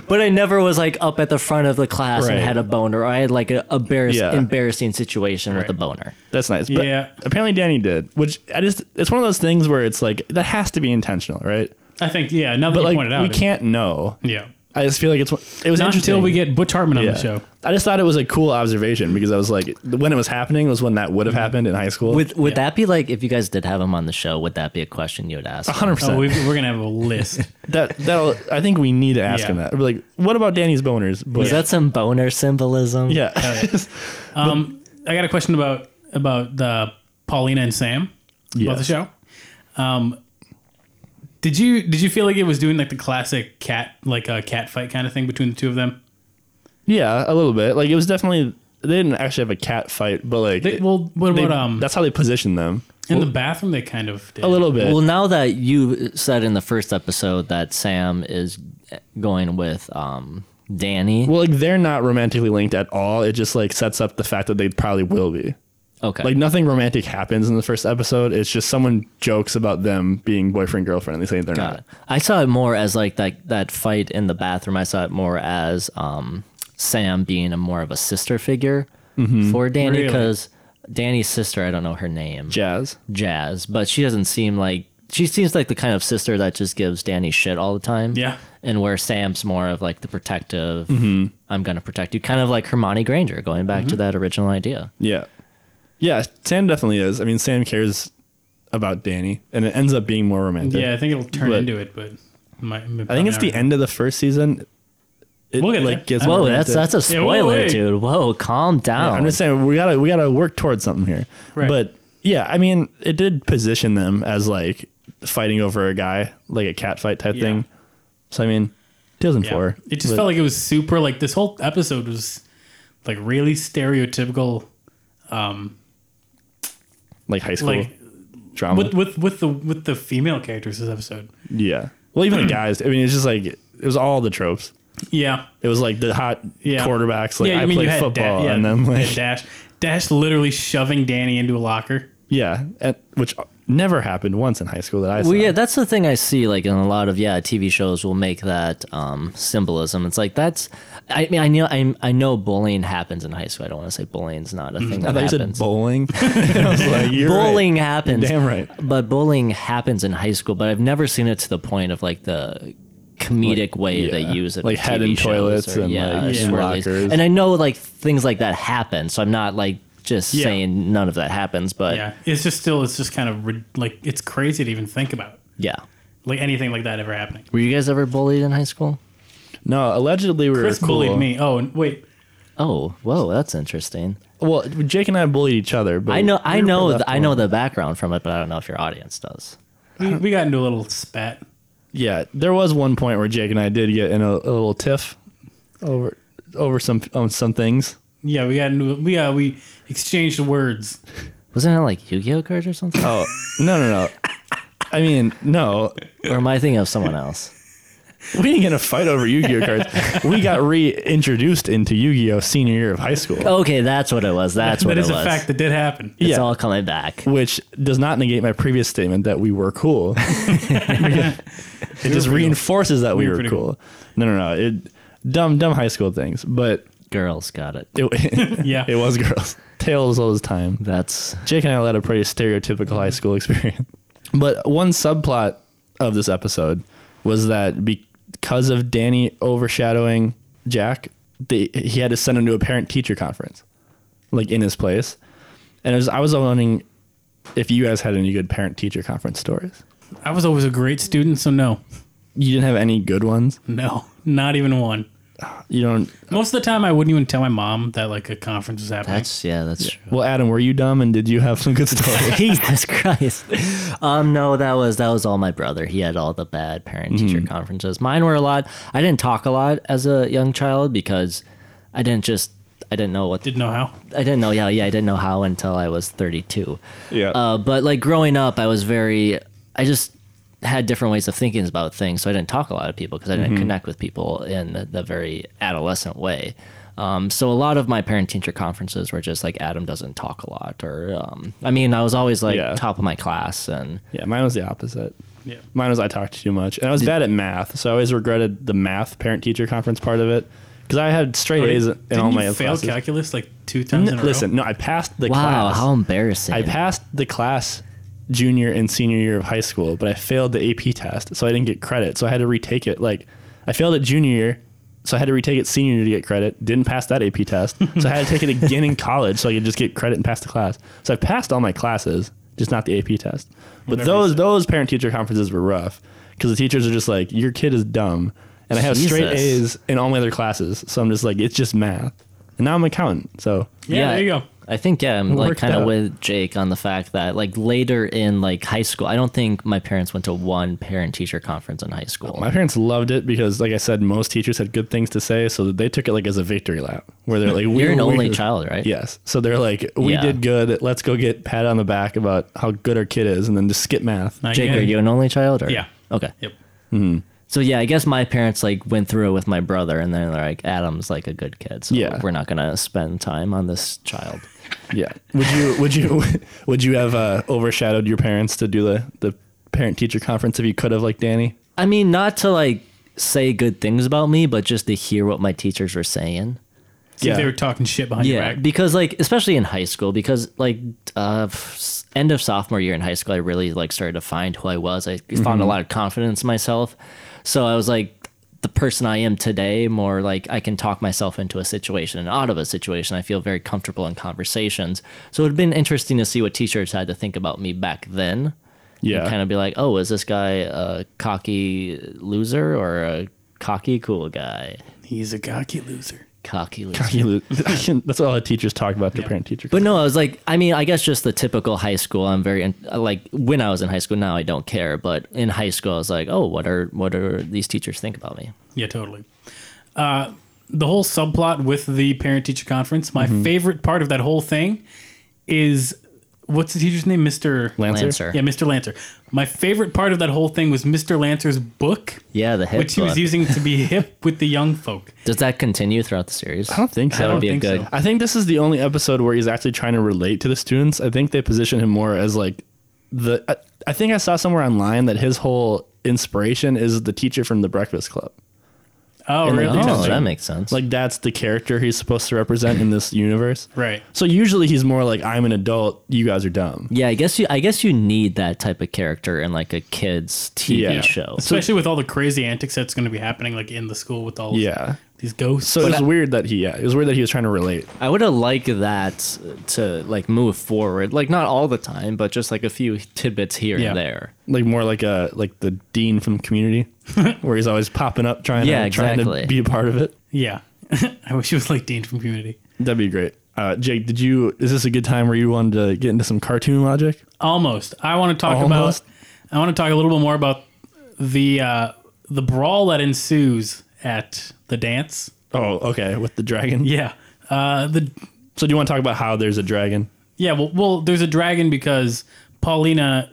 D: But I never was like up at the front of the class and
C: Right.
D: had a boner. Or I had like a embarrass-
C: Yeah.
D: embarrassing situation with a boner.
C: That's nice. But
B: Yeah.
C: Apparently, Danny did, which I just it's one of those things where it's like that has to be intentional, right?
B: I think yeah. Now that
C: But
B: you
C: like
B: pointed out,
C: we
B: it-
C: can't know.
B: Yeah.
C: I just feel like it's one- it was
B: Not
C: interesting
B: until we get Butch Hartman on the show.
C: I just thought it was a cool observation because I was like, when it was happening was when that would
B: Mm-hmm.
C: have happened in high school.
D: Would would that be like if you guys did have him on the show? Would that be a question you would ask? him?
C: 100.
B: Oh,
C: percent
B: we, we're gonna have
C: [LAUGHS]
B: a list.
C: That that'll. I think we need to ask
B: Yeah.
C: him that. We're like, what about Danny's boners? But
D: Was that some boner
C: [LAUGHS]
D: symbolism?
C: yeah,
B: Um, I got a question about about the Paulina and Sam about the
C: Yes.
B: show. Um, did you did you feel like it was doing like the classic cat like a cat fight kind of thing between the two of them?
C: yeah, a little bit. Like it was definitely. They didn't actually have a cat fight, but like,
B: They,
C: it-
B: well, what
C: they-
B: about um
C: that's how they positioned them
B: in the bathroom? They kind of did.
C: a little bit.
D: Well, now that you said in the first episode that Sam is going with um, Danny.
C: Well, like they're not romantically linked at all. It just like sets up the fact that they probably will be.
D: okay.
C: Like nothing romantic happens in the first episode. It's just someone jokes about them being boyfriend girlfriend, and they say they're
D: Got
C: not.
D: it. I saw it more as like that that fight in the bathroom. I saw it more as um, Sam being a more of a sister figure
C: Mm-hmm.
D: for Danny
B: Really?
D: because Danny's sister, I don't know her name,
C: Jazz.
D: Jazz, but she doesn't seem like she seems like the kind of sister that just gives Danny shit all the time.
B: Yeah.
D: And where Sam's more of like the protective,
C: Mm-hmm.
D: I'm gonna protect you, kind of like Hermione Granger, going back to that original idea.
C: Yeah. Yeah, Sam definitely is. I mean, Sam cares about Danny, and it ends up being more romantic.
B: yeah, I think it'll turn
C: But-
B: into it, but might,
C: I think it's the end of the first season. It,
B: We'll get there.
C: like gets
D: Whoa,
C: more
D: that's
C: romantic.
D: that's a
B: Yeah, whoa,
D: spoiler,
B: hey.
D: dude. Whoa, calm down.
C: I'm just saying we gotta we gotta work towards something here.
B: Right.
C: But yeah, I mean, it did position them as like fighting over a guy, like a cat fight type
B: Yeah.
C: thing. So I mean, 2004.
B: It just
C: but-
B: felt like it was super like this whole episode was like really stereotypical
C: like high school
B: like
C: drama.
B: with with with the with the female characters this episode.
C: yeah. Well,
B: [CLEARS THROAT]
C: even the guys. I mean, it's just like it was all the tropes.
B: Yeah.
C: It was like the hot
B: Yeah.
C: quarterbacks. Like
B: yeah,
C: I, played football,
B: Da- yeah,
C: and then
B: you
C: like
B: had Dash Dash literally shoving Danny into a locker.
C: Yeah, and, which never happened once in high school that I saw.
D: Well, yeah, that's the thing I see. Like in a lot of yeah, TV shows will make that um, symbolism. It's like that's. I mean, I know I, I know bullying happens in high school. I don't want to say bullying's not a thing
C: Mm-hmm. I
D: that
C: thought you said
D: happens.
C: bowling. [LAUGHS] I was like, you're right.
D: bullying happens.
C: Damn right.
D: But bullying happens in high school. But I've never seen it to the point of like the comedic way
C: yeah.
D: they use it,
C: Like
D: in
C: head
D: TV
C: in
D: shows
C: toilets and, like,
D: or swirlies.
C: lockers.
D: And I know like things like that happen. So I'm not like just
B: Yeah.
D: saying none of that happens. But
B: Yeah. It's just still it's just kind of rid- like it's crazy to even think about.
D: yeah.
B: Like anything like that ever happening.
D: Were you guys ever bullied in high school?
C: No, allegedly we
B: Chris
C: were cool.
B: bullied me. Oh, and
C: [LAUGHS]
B: wait.
D: Oh, whoa, that's interesting.
C: Well, Jake and I bullied each other. But
D: I know, I
C: we were
D: know,
C: left
D: th- I
C: alone.
D: know the background from it, but I don't know if your audience does.
B: We, we got into a little spat.
C: Yeah, there was one point where Jake and I did get in a, a little tiff over over some on some things.
B: Yeah, we got into we uh, we exchanged words.
D: Wasn't it like Yu-Gi-Oh cards or something?
C: Oh no no no! I mean no,
D: or am I thinking of someone else?
C: we didn't get in a fight over Yu-Gi-Oh cards. We got reintroduced into Yu-Gi-Oh senior year of high school.
D: Okay, that's what it
C: [LAUGHS]
D: was. That's what
B: that
D: it
B: is
D: was.
B: a fact that did happen.
D: It's
C: Yeah.
D: all coming back.
C: which does not negate my previous statement that we
B: [LAUGHS]
C: were cool. [LAUGHS] it just reinforces that we
B: were
C: were,
B: pretty
C: cool. No, no, no. It dumb, dumb high school things, but
D: Girls got it.
B: [LAUGHS]
C: it,
B: Yeah.
C: [LAUGHS] it was girls. Tales all the time.
D: That's
C: Jake and I had a pretty stereotypical high school experience. [LAUGHS] But one subplot of this episode was that because of Danny overshadowing Jack, they, he had to send him to a parent teacher conference, like in his place. And it was, I was wondering if you guys had any good parent teacher conference stories.
B: I was always a great student, so no,
C: You didn't have any good ones.
B: no, not even one.
C: You don't.
B: Most of the time, I wouldn't even tell my mom that like a conference was happening.
D: That's yeah, that's true.
C: Well, Adam, were you dumb and did you have some good stories?
D: [LAUGHS] Jesus Christ. Um, no, that was that was all my brother. He had all the bad parent teacher conferences. Mine were a lot. I didn't talk a lot as a young child because I didn't just I didn't know what
B: Didn't know how.
D: I didn't know. Yeah, yeah, I didn't know how until I was 32.
C: Yeah.
D: Uh, but like growing up, I was very. I just had different ways of thinking about things, so I didn't talk a lot of people because I
C: Mm-hmm.
D: didn't connect with people in the, the very adolescent way. Um, so a lot of my parent-teacher conferences were just like Adam doesn't talk a lot, or um, I mean, I was always like
C: Yeah.
D: top of my class, and
C: yeah, mine was the opposite.
B: Yeah.
C: Mine was I talked too much, and I was bad at math, so I always regretted the math parent teacher conference part of it because I had straight A's in
B: Didn't
C: all
B: Oh, you
C: my
B: fail
C: classes.
B: calculus like two times
C: N-
B: in a row?
C: Listen, no, I passed the
D: wow,
C: class.
D: how embarrassing!
C: I passed the class junior and senior year of high school, but I failed the AP test, so I didn't get credit. So I had to retake it. Like I failed it junior year, so I had to retake it senior year to get credit. Didn't pass that AP test, so I had to take it again in college so I could just get credit and pass the class. So I passed all my classes, just not the AP test. But
B: Whatever you
C: those
B: said.
C: those parent teacher conferences were rough because the teachers are just like, your kid is dumb, and I have straight
D: Jesus.
C: A's in all my other classes, so I'm just like, it's just math. And now I'm an accountant, so
B: Yeah, there you go.
D: I think yeah, I'm like
C: worked
D: kind of
C: out.
D: with Jake on the fact that like later in like high school, I don't think my parents went to one parent-teacher conference in high school.
C: My parents loved it because, like I said, most teachers had good things to say, so that they took it like as a victory lap, where they're like, we,
D: [LAUGHS] You're an
C: we-
D: only child, right?
C: Yes, so they're like, "We
D: Yeah.
C: did good. Let's go get pat on the back about how good our kid is, and then just skip math."
B: I
D: Jake,
B: get
D: are
B: it.
D: you an only child? Or?
B: Yeah.
D: Okay.
B: Yep.
D: So yeah, I guess my parents like went through it with my brother, and they're like, "Adam's like a good kid, so
C: Yeah.
D: we're not gonna spend time on this child."
C: Yeah. Would you? Would you? [LAUGHS] Would you have uh, overshadowed your parents to do the the parent teacher conference if you could have, like Danny?
D: I mean, not to like say good things about me, but just to hear what my teachers were saying.
B: See if
C: Yeah.
B: they were talking shit behind your back.
D: because like especially in high school because like uh f- end of sophomore year in high school i really like started to find who i was i found a lot of confidence in myself so i was like the person i am today more like i can talk myself into a situation and out of a situation i feel very comfortable in conversations so it'd been interesting to see what teachers had to think about me back then
C: Yeah. [LAUGHS]
D: kind of be like oh is this guy a cocky loser or a cocky cool guy
B: He's a cocky loser.
D: cocky loser
C: You lose- I can- [LAUGHS] That's all the teachers talk about their parent teacher.
D: But no, I was like, I mean, I guess just the typical high school. I'm very in- like when I was in high school. Now I don't care, but in high school, I was like, oh, what are what are these teachers think about me?
B: Yeah, totally. Uh, the whole subplot with the parent teacher conference, my favorite part of that whole thing is what's the teacher's name? Mr.
C: Lancer?
D: Lancer.
B: Yeah, Mr. Lancer. My favorite part of that whole thing was Mr. Lancer's book,
D: Yeah, the hip.
B: which he was
D: book.
B: using to be hip with the young folk.
D: Does that continue throughout the series?
C: I don't think so.
D: that
B: don't
D: would be a
B: think so.
D: good.
C: I think this is the only episode where he's actually trying to relate to the students. I think they position him more as like the. I, I think I saw somewhere online that his whole inspiration is the teacher from The Breakfast Club.
B: Oh,
C: And, like,
B: really?
C: the
D: Oh,
C: teacher.
D: that makes sense.
C: Like that's the character he's supposed to represent in this universe.
B: Right.
C: So usually he's more like I'm an adult. You guys are dumb.
D: yeah, I guess you. I guess you need that type of character in like a kids TV
C: Yeah.
D: show.
B: Especially with all the crazy antics that's going to be happening, like in the school with all
C: Yeah.
B: these ghosts.
C: So it was weird that he. Yeah, it was weird that he was trying to relate.
D: I would have liked that to like move forward, like not all the time, but just like a few tidbits here
B: Yeah.
D: and there.
C: Like more like a like the dean from [LAUGHS] Community, where he's always popping up trying
D: Yeah,
C: to trying
D: exactly.
C: to be a part of it.
B: yeah, [LAUGHS] I wish he was like Dean from Community.
C: That'd be great. Uh, Jake, did you? Is this a good time where you wanted to get into some cartoon logic?
B: Almost. I want to talk
C: Almost?
B: about. I want to talk a little bit more about the uh, the brawl that ensues at the dance.
C: Oh, okay, with the dragon.
B: Yeah. Uh, the
C: So, do you want to talk about how there's a dragon?
B: yeah. Well, well, there's a dragon because Paulina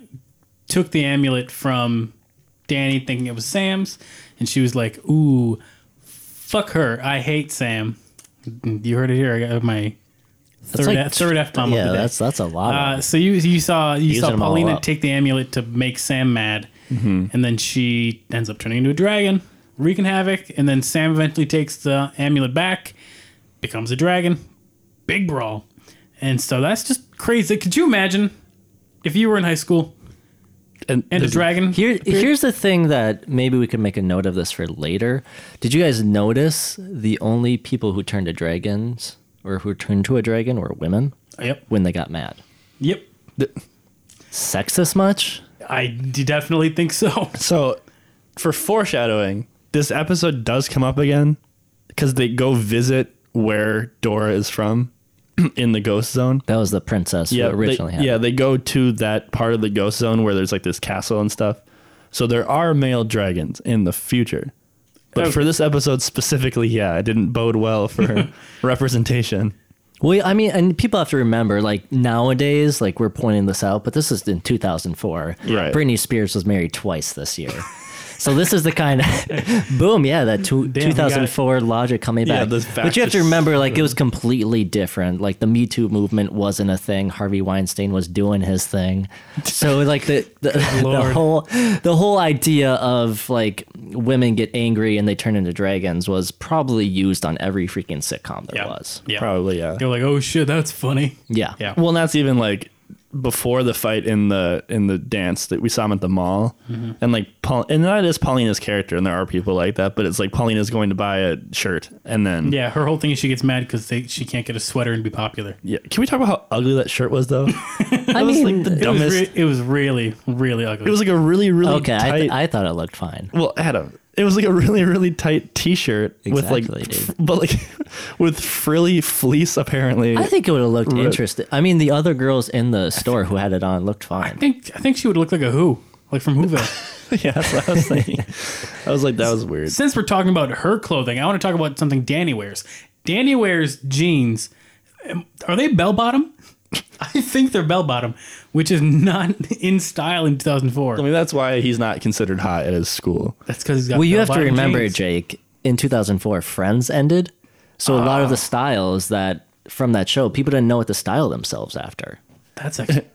B: took the amulet from Danny, thinking it was Sam's, and she was like, "Ooh, fuck her. I hate Sam." You heard it here. I got my third
D: like
B: F- third f bomb.
D: yeah,
B: of the day.
D: that's that's a lot. of
B: Uh, so you you saw you
D: Using
B: saw
D: them all
B: Paulina
D: up. Mm-hmm.
B: take the amulet to make Sam mad, and then she ends up turning into a dragon, wreaking havoc, and then Sam eventually takes the amulet back, becomes a dragon, big brawl, and so that's just crazy. Could you imagine if you were in high school
C: and,
B: and a
C: there's-
B: dragon.
D: Here, here's the thing that maybe we could make a note of this for later. Did you guys notice the only people who turned to dragons or who turned to a dragon were women
B: Yep.
D: when they got mad?
B: Yep.
D: Sexist much?
B: I d- definitely think
D: [LAUGHS]
B: so.
C: So, for foreshadowing, this episode does come up again because they go visit where Dora is from [CLEARS THROAT] in the ghost zone.
D: That was the princess
C: Yeah,
D: who originally
C: they,
D: had.
C: yeah,
D: it.
C: they go to that part of the ghost zone where there's like this castle and stuff. So there are male dragons in the future. But
B: Okay.
C: for this episode specifically, yeah, it didn't bode
B: [LAUGHS]
C: well for representation.
D: Well, I mean, and people have to remember, like nowadays, like we're pointing this out, but this is in 2004.
C: Right.
D: Britney Spears was married twice this year. So this is the kind of [LAUGHS] boom, yeah, that two,
B: Damn, we got-
D: 2004 logic coming
C: Yeah,
D: back.
C: those
D: but you have
C: facts
D: to
C: are
D: remember, like it was completely different. Like the Me Too movement wasn't a thing. Harvey Weinstein was doing his thing. So like the the, [LAUGHS] the
B: Lord.
D: whole the whole idea of like women get angry and they turn into dragons was probably used on every freaking sitcom there was.
B: Yeah.
C: Probably, yeah.
B: You're like, oh shit, that's funny.
D: Yeah.
B: Yeah.
C: Well, and that's even like before the fight in the in the dance that we saw him at the mall,
B: Mm-hmm.
C: and like Paul, and that is Paulina's character, and there are people like that, but it's like Paulina's going to buy a shirt, and then
B: Yeah, her whole thing is she gets mad because she can't get a sweater and be popular.
C: Yeah. Can we talk about how ugly that shirt
B: [LAUGHS]
C: was though?
D: I
C: That was, like,
D: mean,
C: the
B: It was,
C: dumbest.
B: re- it was really, really ugly.
C: it was like a really really
D: Okay, I,
C: tight.
D: th- I thought it looked fine.
C: well, Adam, it was like a really really tight T-shirt with
D: Exactly,
C: like,
D: dude.
C: f- but like [LAUGHS] with frilly fleece apparently.
D: I think it would have looked interesting. I mean, the other girls in the store who had it on looked
B: I
D: fine.
B: think I think she would look like a Who, like from
D: [LAUGHS]
B: Whoville.
C: [LAUGHS] yeah, that's what I was thinking. I was like, that was weird.
B: Since we're talking about her clothing, I want to talk about something Danny wears. Danny wears jeans. Um, Are they bell bottom? [LAUGHS] I think they're bell bottom, which is not [LAUGHS] in style in 2004.
C: I mean, that's why he's not considered hot at his school.
B: That's because he's got.
D: Well, you have to
B: bell-bottom
D: remember,
B: jeans.
D: Jake, in 2004, Friends ended. So a
C: Ah.
D: lot of the styles that from that show, people didn't know what to style themselves after. [LAUGHS]
B: That's actually.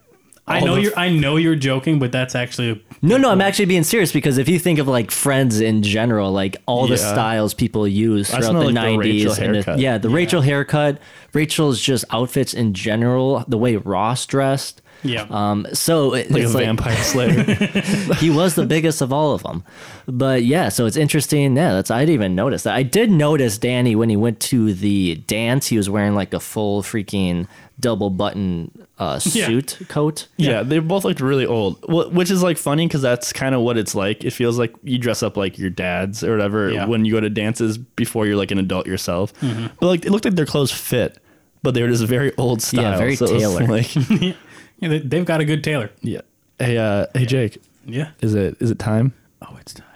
B: I
C: All
B: know
C: the-
B: you're. I know you're joking, but that's actually.
D: No, no, I'm actually being serious because if you think of like Friends in general, like all the
C: Yeah.
D: styles people use
C: That's
D: throughout
C: not
D: the
C: like the
D: 90s,
C: Rachel
D: and the,
C: haircut.
D: yeah, the Rachel haircut, Rachel's just outfits in general, the way Ross dressed.
B: Yeah.
D: Um, so it-
C: Like
D: it's
C: a
D: like,
C: vampire slayer.
D: [LAUGHS] he was the biggest of all of them. But yeah, so it's interesting. Yeah, that's I didn't even notice that. I did notice Danny when he went to the dance. He was wearing like a full freaking double button uh,
B: Yeah.
D: suit coat.
C: Yeah, they both looked really old, wh- which is like funny because that's kind of what it's like. It feels like you dress up like your dad's or whatever
B: Yeah.
C: when you go to dances before you're like an adult yourself.
D: Mm-hmm.
C: But like it looked like their clothes fit, but they were just very old style.
D: Yeah, very
C: so it was
D: tailored.
C: Like, [LAUGHS]
B: Yeah, they, they've got a good tailor.
C: yeah. Hey, uh, hey, Jake,
B: Yeah.
C: is it is it time?
B: Oh, it's time.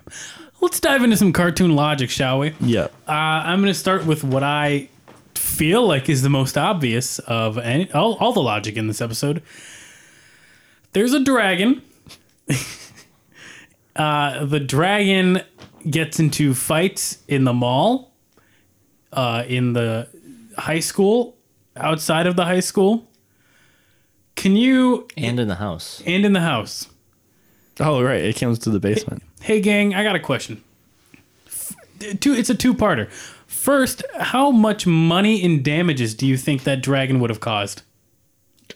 B: Let's dive into some cartoon logic, shall we?
C: Yeah.
B: Uh, I'm going to start with what I feel like is the most obvious of any, all, all the logic in this episode. There's a dragon. [LAUGHS] uh, the dragon gets into fights in the mall, uh, in the high school, outside of the high school. Can you
D: And in the house.
B: and in the house?
C: Oh right, it comes to the basement.
B: Hey, gang, I got a question. F- Two, it's a two-parter. First, how much money in damages do you think that dragon would have caused?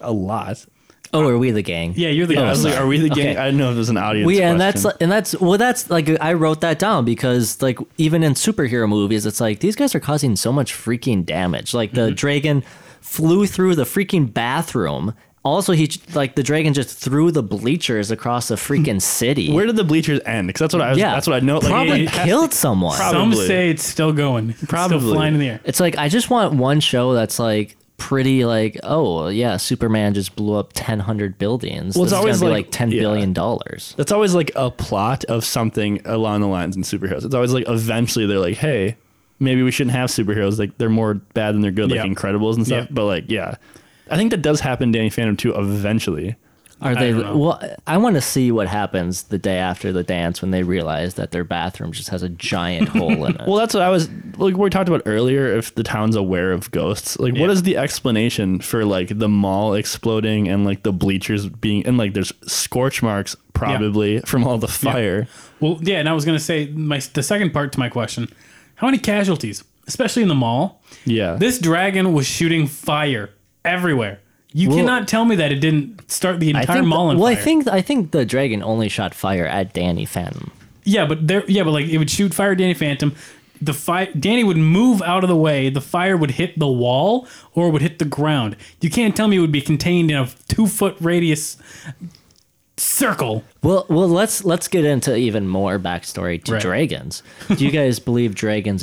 C: A lot.
D: Oh, are we the gang?
B: Yeah, you're the
C: Yeah, I
B: guy.
C: was like, are we the gang?
D: Okay.
C: I didn't know if it was an audience.
D: We, and
C: question.
D: that's and that's well that's like I wrote that down because like even in superhero movies it's like these guys are causing so much freaking damage like
C: Mm-hmm.
D: the dragon flew through the freaking bathroom also he j- like the dragon just threw the bleachers across the
C: [LAUGHS]
D: freaking city
C: where did the bleachers end? Because that's what I was.
D: yeah
C: That's what I know. Like,
D: probably
C: it has to-
D: killed someone
B: Some
C: Probably.
B: say it's still going. It's still
C: Probably.
B: flying in the air.
D: it's like I just want one show that's like pretty like oh yeah Superman just blew up ten hundred buildings
C: Well, it's
D: this is gonna
C: always
D: be
C: like-
D: like ten
C: yeah.
D: billion dollars
C: That's always like a plot of something along the lines in superheroes. It's always like eventually they're like, hey, maybe we shouldn't have superheroes. Like they're more bad than they're good, like
B: Yeah.
C: Incredibles and stuff.
B: Yeah.
C: But like, yeah, I think that does happen. in Danny Phantom too eventually.
D: Are they?
B: don't know.
D: Well, I want to see what happens the day after the dance when they realize that their bathroom just has
B: [LAUGHS]
D: a giant hole in it.
C: Well, that's what I was like. We talked about earlier. If the town's aware of ghosts, like what
B: Yeah.
C: is the explanation for like the mall exploding and like the bleachers being and like there's scorch marks probably from all the fire.
B: Well, yeah, and I was going to say my the second part to my question. How many casualties, especially in the mall?
C: Yeah.
B: This dragon was shooting fire everywhere. You
D: Well-
B: cannot tell me that it didn't start the
D: I
B: entire
D: think
B: mall on
D: well,
B: fire.
D: I think I think the dragon only shot fire at Danny Phantom.
B: Yeah, but there. Yeah, but like it would shoot fire, Danny Phantom. The fire, Danny would move out of the way. The fire would hit the wall or would hit the ground. You can't tell me it would be contained in a two foot radius circle.
D: Well, well, let's let's get into even more backstory to
B: Right.
D: dragons. Do you guys believe dragons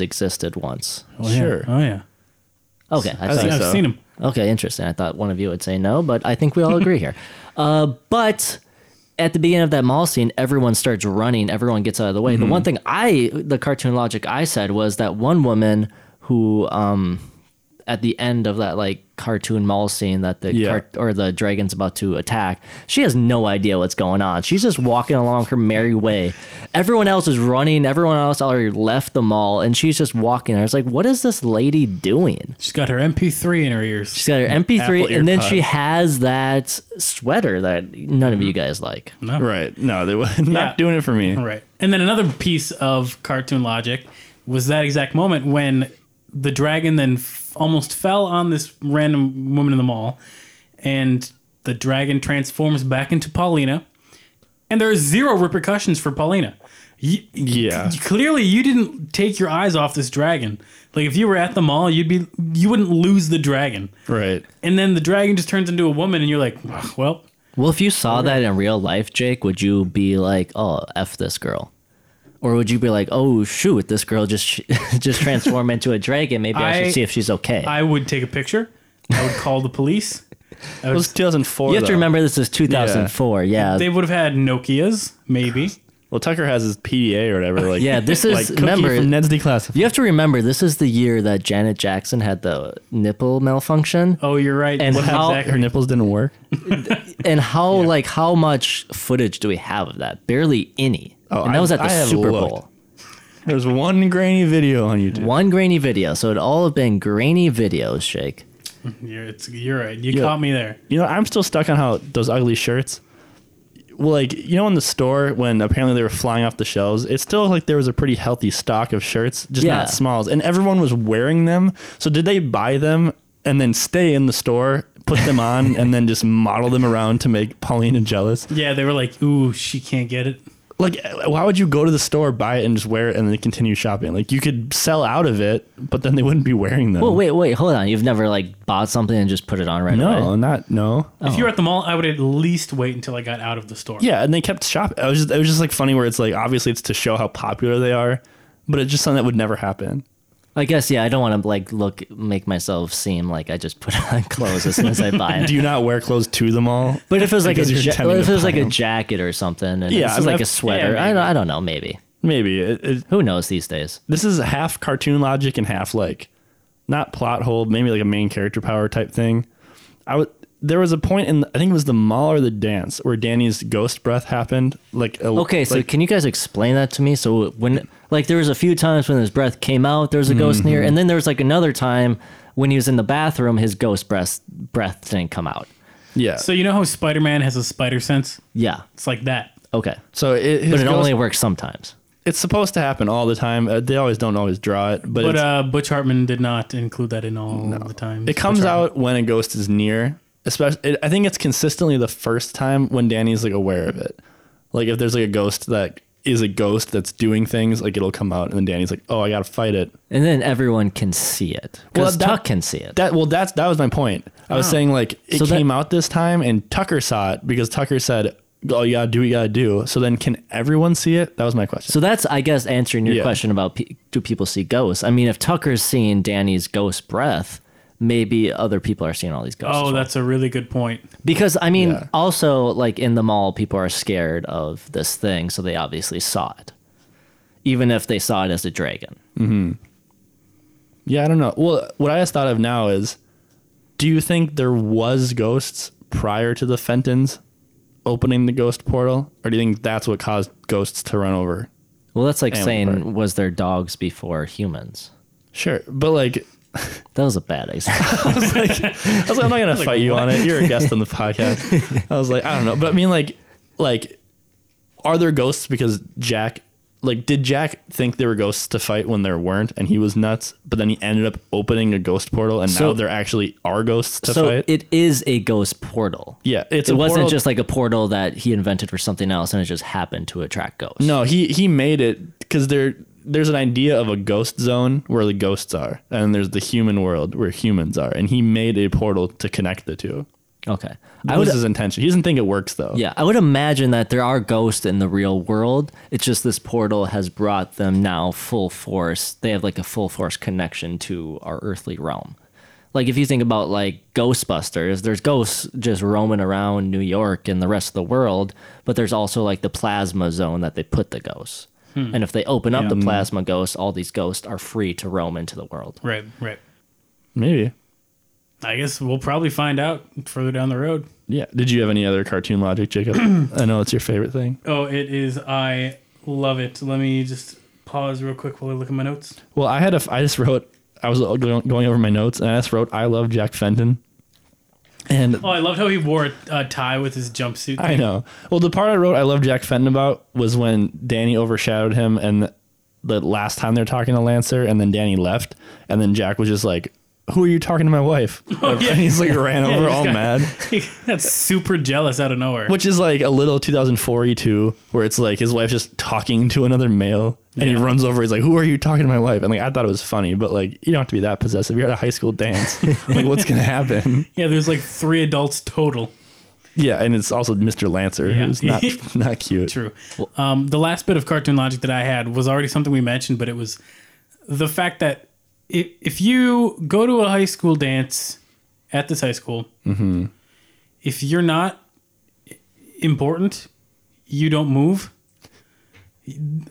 B: [LAUGHS]
D: existed once?
C: sure.
B: Oh yeah,
D: Okay, I
C: think
D: thought,
B: I've
C: so.
B: seen him.
D: okay, interesting. I thought one of you would say no, but I think we all agree here. Uh, but at the beginning of that mall scene, everyone starts running. Everyone gets out of the way. The one thing I, the cartoon logic I said was that one woman who, um, at the end of that like cartoon mall scene that the
C: Yeah.
D: cart- or the dragon's about to attack, she has no idea what's going on. She's just walking along her merry way. Everyone else is running. Everyone else already left the mall, and she's just walking. I was like, what is this lady doing?
B: She's got her MP3 in her ears.
D: She's got her MP3,
C: Apple
D: and then
C: earpod.
D: she has that sweater that none
C: Mm-hmm.
D: of you guys like.
C: Right. No, they were [LAUGHS] not
B: Yeah.
C: doing it for me.
B: All right. And then another piece of cartoon logic was that exact moment when the dragon then f- almost fell on this random woman in the mall, and the dragon transforms back into Paulina, and there are zero repercussions for Paulina. Y-
C: Yeah.
B: c- Clearly, you didn't take your eyes off this dragon. Like if you were at the mall, you'd be you wouldn't lose the dragon.
C: Right.
B: And then the dragon just turns into a woman, and you're like, "Ugh, well,
D: Well, if you saw that in real life, Jake, would you be like, "Oh, f this girl," or would you be like, "Oh, shoot, this girl just [LAUGHS] just transformed into a dragon. Maybe I,
B: I-
D: should see if she's okay."
B: I would take a picture. I would call the police. I
C: It
B: would
C: was 2004.
D: you have to
C: though.
D: remember this is 2004. Yeah,
B: They would have had Nokias, maybe.
C: Well, Tucker has his PDA or whatever. Like,
D: Yeah, this is-
C: like Cookie
D: remember-
C: from Ned's Declassified.
D: you have to remember this is the year that Janet Jackson had the nipple malfunction.
B: Oh, you're right.
D: And
B: What happened
D: how-
B: to Zachary?
C: Her nipples didn't work.
D: and how like how much footage do we have of that? Barely any.
C: Oh,
D: and that
C: I-
D: was at the
C: I have
D: Super
C: looked.
D: Bowl.
C: There's one grainy video on YouTube.
D: One grainy video, so it all have been grainy videos, Jake.
B: You're, it's, you're right. You caught me there.
C: You know, I'm still stuck on how those ugly shirts. Well, like you know, in the store when apparently they were flying off the shelves, it's still like there was a pretty healthy stock of shirts, just
D: Yeah.
C: not smalls, and everyone was wearing them. So did they buy them and then stay in the store, put them
D: [LAUGHS]
C: on, and then just model them around to make Paulina jealous?
B: Yeah, they were like, ooh, she can't get it.
C: Like, why would you go to the store, buy it, and just wear it, and then continue shopping? Like you could sell out of it, but then they wouldn't be wearing them.
D: Oh wait, wait, hold on. You've never like bought something and just put it on right away.
C: no, not no.
B: If you were at the mall, I would at least wait until I got out of the store.
C: Yeah, and they kept shopping. It was just, it was just like funny where it's like obviously it's to show how popular they are, but it's just something that would never happen.
D: I guess yeah. I don't want to like look make myself seem like I just put [LAUGHS] on clothes as soon as I
C: [LAUGHS]
D: buy
C: Do
D: it.
C: you not wear clothes to the mall?
D: But if it was like a
C: Because you're
D: ja-
C: intending
D: if
C: to
D: it was like
C: buy
D: a
C: 'em.
D: jacket or something, and
C: Yeah,
D: this is like
C: I've-
D: a sweater.
B: yeah,
D: I,
B: maybe.
D: don't, I don't know. Maybe
C: maybe it, it,
D: who knows these days?
C: this is half cartoon logic and half like not plot hole, maybe like a main character power type thing. I would. There was a point in I think it was the mall or the dance where Danny's ghost breath happened. Like a,
D: Okay, so
C: like-
D: can you guys explain that to me? So when like there was a few times when his breath came out, there was a ghost
C: Mm-hmm.
D: near, and then there was like another time when he was in the bathroom, his ghost breath breath didn't come out.
C: yeah.
B: So
C: So,
B: you know how Spider Man has a spider sense?
D: Yeah.
B: It's like that.
D: Okay.
C: it, his
D: But it
C: ghost-
D: only works sometimes.
C: it's supposed to happen all the time. Uh, they always don't always draw it, but,
B: But
C: it's,
B: uh, Butch Hartman did not include that in all the time.
C: It comes out when a ghost is near. Especially, it, I think it's consistently the first time when Danny's like aware of it. Like if there's like a ghost that is a ghost that's doing things, like it'll come out, and then Danny's like, "Oh, I gotta fight it."
D: And then everyone can see it. Because
C: that-
D: Tuck can see it.
C: That well, that's that was my point. I was saying like it
D: Ah. So that-
C: came out this time, and Tucker saw it because Tucker said, "Oh, you gotta do what you gotta do." So then, can everyone see it? That was my question.
D: so that's, I guess, answering your
C: Yeah.
D: question about pe- do people see ghosts? I mean, if Tucker's seeing Danny's ghost breath, maybe other people are seeing all these ghosts. as
B: Oh,
D: well.
B: that's a really good point.
D: because I mean,
C: Yeah.
D: also like in the mall, people are scared of this thing, so they obviously saw it, even if they saw it as a dragon.
C: Yeah, I don't know. Well, what I just thought of now is, do you think there was ghosts prior to the Fentons opening the ghost portal, or do you think that's what caused ghosts to run over?
D: Well, that's like
C: And
D: saying,
C: bird.
D: was there dogs before humans?
C: Sure, but like, [LAUGHS]
D: That was a bad example.
C: I was [LAUGHS] like, I'm not gonna fight you on it. You're a guest on the [LAUGHS] podcast. I was like, I don't know, but I mean, like, like, are there ghosts because Jack like did Jack think there were ghosts to fight when there weren't, and he was nuts? But then he ended up opening a ghost portal, and now
D: So-
C: there actually are ghosts to
D: so
C: fight.
D: it is a ghost portal.
C: yeah, it's
D: it
C: a
D: wasn't
C: portal-
D: just like a portal that he invented for something else, and it just happened to attract ghosts.
C: No, he he made it because there there's an idea of a ghost zone where the ghosts are, and there's the human world where humans are, and he made a portal to connect the two.
D: Okay,
C: That
D: I would
C: was his intention. He doesn't think it works though.
D: Yeah, I would imagine that there are ghosts in the real world. It's just this portal has brought them now full force. They have like a full force connection to our earthly realm. Like if you think about like Ghostbusters, there's ghosts just roaming around New York and the rest of the world, but there's also like the plasma zone that they put the ghosts.
C: Hmm.
D: And if they open up the plasma ghosts, all these ghosts are free to roam into the world.
B: Right, right.
C: maybe.
B: I guess we'll probably find out further down the road.
C: Yeah. Did you have any other cartoon logic,
D: [CLEARS THROAT]
C: Jacob? I know it's your favorite thing.
B: Oh, it is. I love it. Let me just pause real quick while I look at my notes.
C: Well, I had a. f- I just wrote. I was go- going over my notes, and I just wrote, "I love Jack Fenton." And
B: Oh, I loved how he wore a, a tie with his jumpsuit.
C: I know. Well, the part I wrote, "I love Jack Fenton" about was when Danny overshadowed him, and the, the last time they're talking to Lancer, and then Danny left, and then Jack was just like, "Who are you talking to,
B: [LAUGHS]
C: my wife?"
B: Oh, yeah.
C: And he's like
B: [LAUGHS]
C: ran
B: Yeah,
C: over,
B: this
C: all
B: guy.
C: mad.
B: That's super jealous out of nowhere.
C: Which is like a little 2004 too, where it's like his wife's just talking to another male, and he runs over. He's like, "Who are you talking to my wife?" And like I thought it was funny, but like you don't have to be that possessive. You're at a high
B: [LAUGHS]
C: school dance. like what's gonna happen?
B: Yeah, there's like three adults total.
C: Yeah, and it's also Mr. Lancer,
B: Yeah. [LAUGHS]
C: who's not not cute.
B: True. Um, the last bit of cartoon logic that I had was already something we mentioned, but it was the fact that if, if you go to a high school dance at this high school,
C: Mm-hmm.
B: if you're not important, you don't move.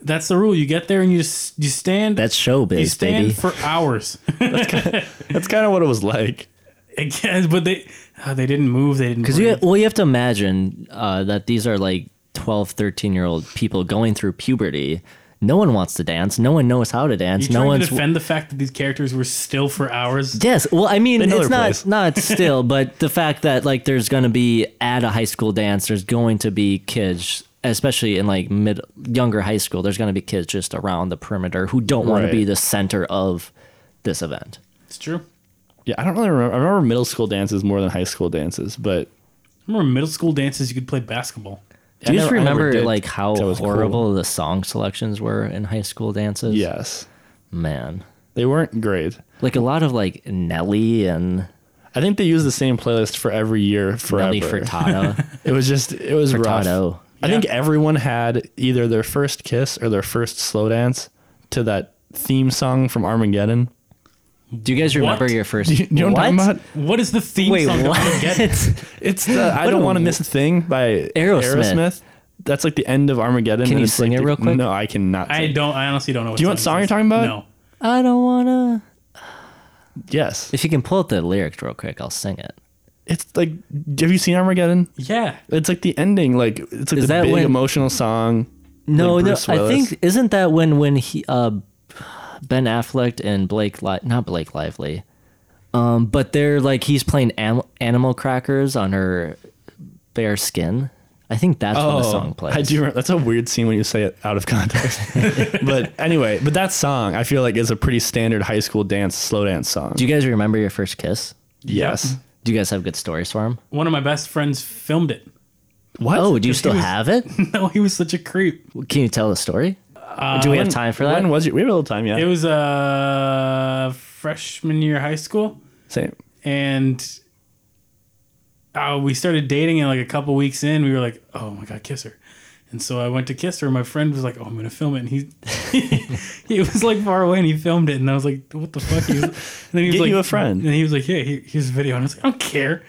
B: That's the rule. You get there and you just you stand.
D: That's
B: you
D: showbiz,
B: stand
D: baby.
B: for hours.
C: That's kind of what it was like.
B: I guess, but they uh, they didn't move. They didn't.
D: Because you,
B: breathe.
D: well, you have to imagine uh, that these are like 12, 13 year old people going through puberty. No one wants to dance. No one knows how to dance.
B: you
D: no
B: trying
D: one's.
B: to defend the fact that these characters were still for hours.
D: yes. Well, I mean,
C: know their
D: it's not
C: place. [LAUGHS]
D: not still, but the fact that like there's going to be at a high school dance, there's going to be kids, especially in like mid younger high school, there's going to be kids just around the perimeter who don't want
C: Right.
D: to be the center of this event.
B: It's true.
C: Yeah, I don't really remember. I remember middle school dances more than high school dances, but
B: remember middle school dances you could play basketball
D: Do you
C: I
D: just
C: never- I never
D: remember
C: did.
D: like how
C: That was cool.
D: horrible the song selections were in high school dances?
C: yes,
D: man.
C: they weren't great.
D: like a lot of like Nelly and
C: I think they used the same playlist for every year forever.
D: Nelly Furtado.
C: It was just it was rough.
D: Furtado.
C: I think everyone had either their first kiss or their first slow dance to that theme song from Armageddon. [LAUGHS]
D: Do you guys remember
B: What?
D: your first?
C: Do you, do you know what I'm talking about?
B: what is the theme
D: Wait,
B: song to
D: [LAUGHS]
B: Armageddon?
D: what?
C: It's the I don't want to miss a thing by
D: Aerosmith.
C: That's like the end of Armageddon.
D: Can
C: and
D: you
C: it's
D: sing
C: like
D: it
C: the-
D: real quick?
C: No, I cannot.
B: i
C: sing.
B: don't i honestly don't know what
C: Do you want song
B: this
C: you're
B: is.
C: talking about?
B: no
D: I don't wanna.
C: Yes,
D: If you can pull up the lyrics real quick, I'll sing it.
C: it's like. Have you seen Armageddon?
B: yeah
C: It's like the ending. Like it's like
D: Is
C: the
D: that
C: big
D: when-
C: emotional song.
D: No,
C: Like
D: no,
C: Bruce
D: I
C: Willis?
D: think isn't that when when he uh, Ben Affleck and Blake Li- not Blake Lively, um, but they're like he's playing am- animal crackers on her bare skin. I think that's when the song plays.
C: Oh, I do. Remember, that's a weird scene when you say it out of
D: [LAUGHS]
C: context. but anyway, but that song I feel like is a pretty standard high school dance, slow dance song.
D: Do you guys remember your first kiss?
C: yes.
D: Do you guys have good stories for him?
B: one of my best friends filmed it [LAUGHS]
C: What?
D: Oh, do you still have it?
B: no he was such a creep
D: Can you tell the story? Do we have time for that?
C: Uh, When was your? We have a little time. Yeah.
B: it was uh freshman year of high school
D: [LAUGHS]
C: Same.
B: and uh, we started dating and like a couple weeks in we were like oh my god kiss her and so i went to kiss her and my friend was like oh i'm gonna film it and he [LAUGHS] he was like far away and he filmed it and i was like what the fuck he was, and then he
C: Get
B: was like
C: you a friend.
B: and he was like yeah here, here's a video and i was like i don't care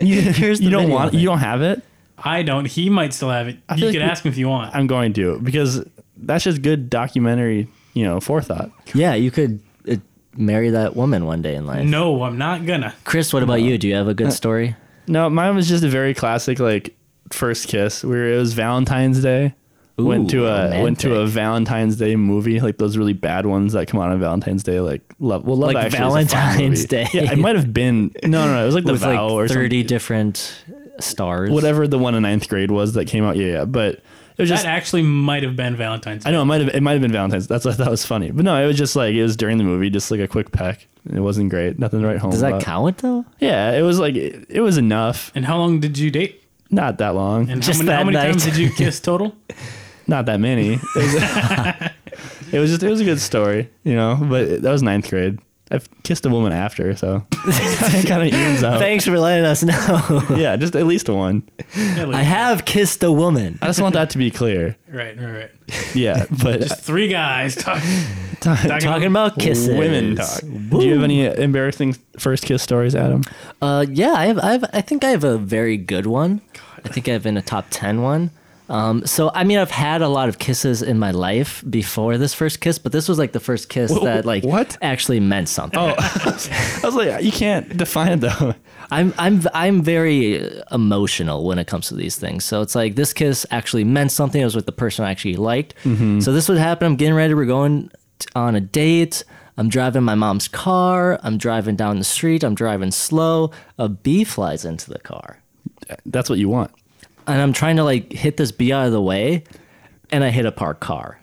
C: You, [LAUGHS]
D: the
C: don't
D: video
C: want.
D: of it.
C: You don't have it.
B: i don't he might still have it you
C: feel like
B: could
C: we-
B: ask him if you want
C: I'm going to because that's just good documentary. You know, forethought.
D: Yeah, you could uh, marry that woman one day in life.
B: no i'm not gonna
D: Chris, what about you? Do you have a
C: Uh,
D: good story?
C: No, mine was just a very classic like first kiss where it was Valentine's Day. went to
D: Ooh,
C: a went to a
D: romantic.
C: Valentine's Day movie, like those really bad ones that come out on Valentine's Day, like Love. Well, Love
D: Like
C: Actually is a fun
D: Valentine's
C: movie.
D: Day.
C: Yeah, it might have been no, no, no. It was like the
D: With
C: Vow or
D: like
C: something.
D: thirty different stars.
C: whatever the one in ninth grade was that came out. Yeah, yeah. But It was just
B: that actually might have been Valentine's. Day.
C: I know it might have it might have been Valentine's. That's why that was funny. But no, it was just like it was during the movie, just like a quick peck. It wasn't great. Nothing to write home.
D: Does that
C: about.
D: count though?
C: Yeah, it was like it, it was enough.
B: And how long did you date?
C: Not that long.
B: And how
D: Just
B: many, how
D: that
B: many
D: night.
B: times did you
C: [LAUGHS]
B: kiss total?
C: Not that many. It [LAUGHS] was, it was just it was a good story, you know. But that was ninth grade. I've kissed a woman after, [LAUGHS] so it kind of evens out.
D: Thanks for letting us
C: [LAUGHS]
D: [LAUGHS] know.
C: yeah, just at least one.
B: At least.
D: I have kissed a woman.
C: I just want that to be clear.
B: right, right, right.
C: Yeah, but
B: Three guys [LAUGHS]
D: [LAUGHS]
B: talking. talking
D: Talking about kisses.
C: women talk. Do you have any embarrassing first kiss stories, Adam?
D: Uh, yeah, I have, I have. I think I have a very good one. I think I've been a top ten one. Um, so I mean, I've had a lot of kisses in my life before this first kiss, but this was like the first kiss that like
C: what?
D: actually meant something. Oh.
C: I was like, you can't define it though.
D: I'm I'm I'm very emotional when it comes to these things. So it's like this kiss actually meant something. It was with the person I actually liked. So this would happen. I'm getting ready. We're going t- on a date. I'm driving my mom's car. I'm driving down the street. I'm driving slow. A bee flies into the car.
C: That's what you want.
D: and I'm trying to like hit this bee out of the way, and I hit a parked car.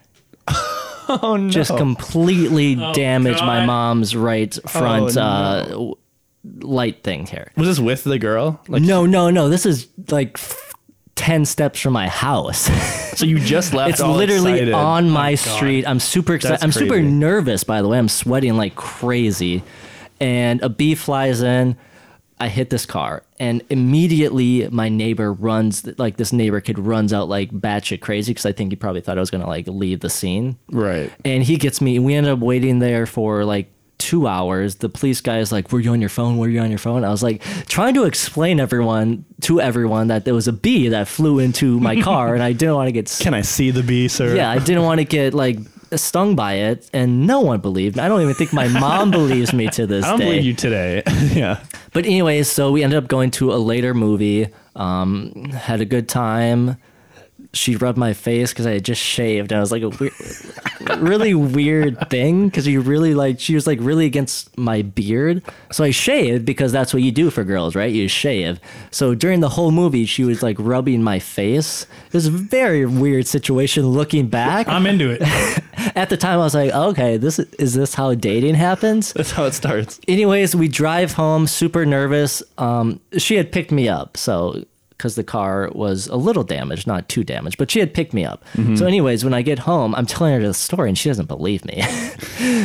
C: Oh no!
D: Just completely damaged my
B: God.
D: mom's right front
C: Oh,
D: uh, w- light thing here.
C: Was this with the girl? Like,
D: no, no, no. This is like f- ten steps from my house. [LAUGHS]
C: so you [LAUGHS] just left.
D: it's
C: all
D: literally
C: excited.
D: on my street. I'm super excited.
C: That's
D: I'm super
C: crazy.
D: nervous. By the way, I'm sweating like crazy, and a bee flies in. I hit this car, and immediately my neighbor runs like this neighbor kid runs out like batshit crazy because I think he probably thought I was gonna like leave the scene.
C: Right.
D: And he gets me. We end up waiting there for like two hours. The police guy is like, "Were you on your phone? Were you on your phone?" I was like, trying to explain everyone to everyone that there was a bee that flew into my car, and I didn't want to get
C: Can I see the bee, sir?
D: yeah, I
C: [LAUGHS]
D: didn't want to get like stung by it, and no one believed. me. I don't even think
C: [LAUGHS]
D: my mom believes me to this
C: I don't
D: day.
C: believe you today. [LAUGHS] yeah.
D: But anyways, so we ended up going to a later movie. Um, had a good time. She rubbed my face because I had just shaved. And I was like a weird, [LAUGHS] really weird thing because you really like she was like really against my beard. So I shaved because that's what you do for girls, right? You shave. So during the whole movie, she was like rubbing my face. It was a very weird situation looking back
B: I'm into it.
D: at the time I was like, okay, this is this how dating happens?
C: That's how it starts.
D: Anyways, we drive home, super nervous. Um, she had picked me up, so because the car was a little damaged, not too damaged, but she had picked me up. So, anyways, when I get home, I'm telling her the story, and she doesn't believe me.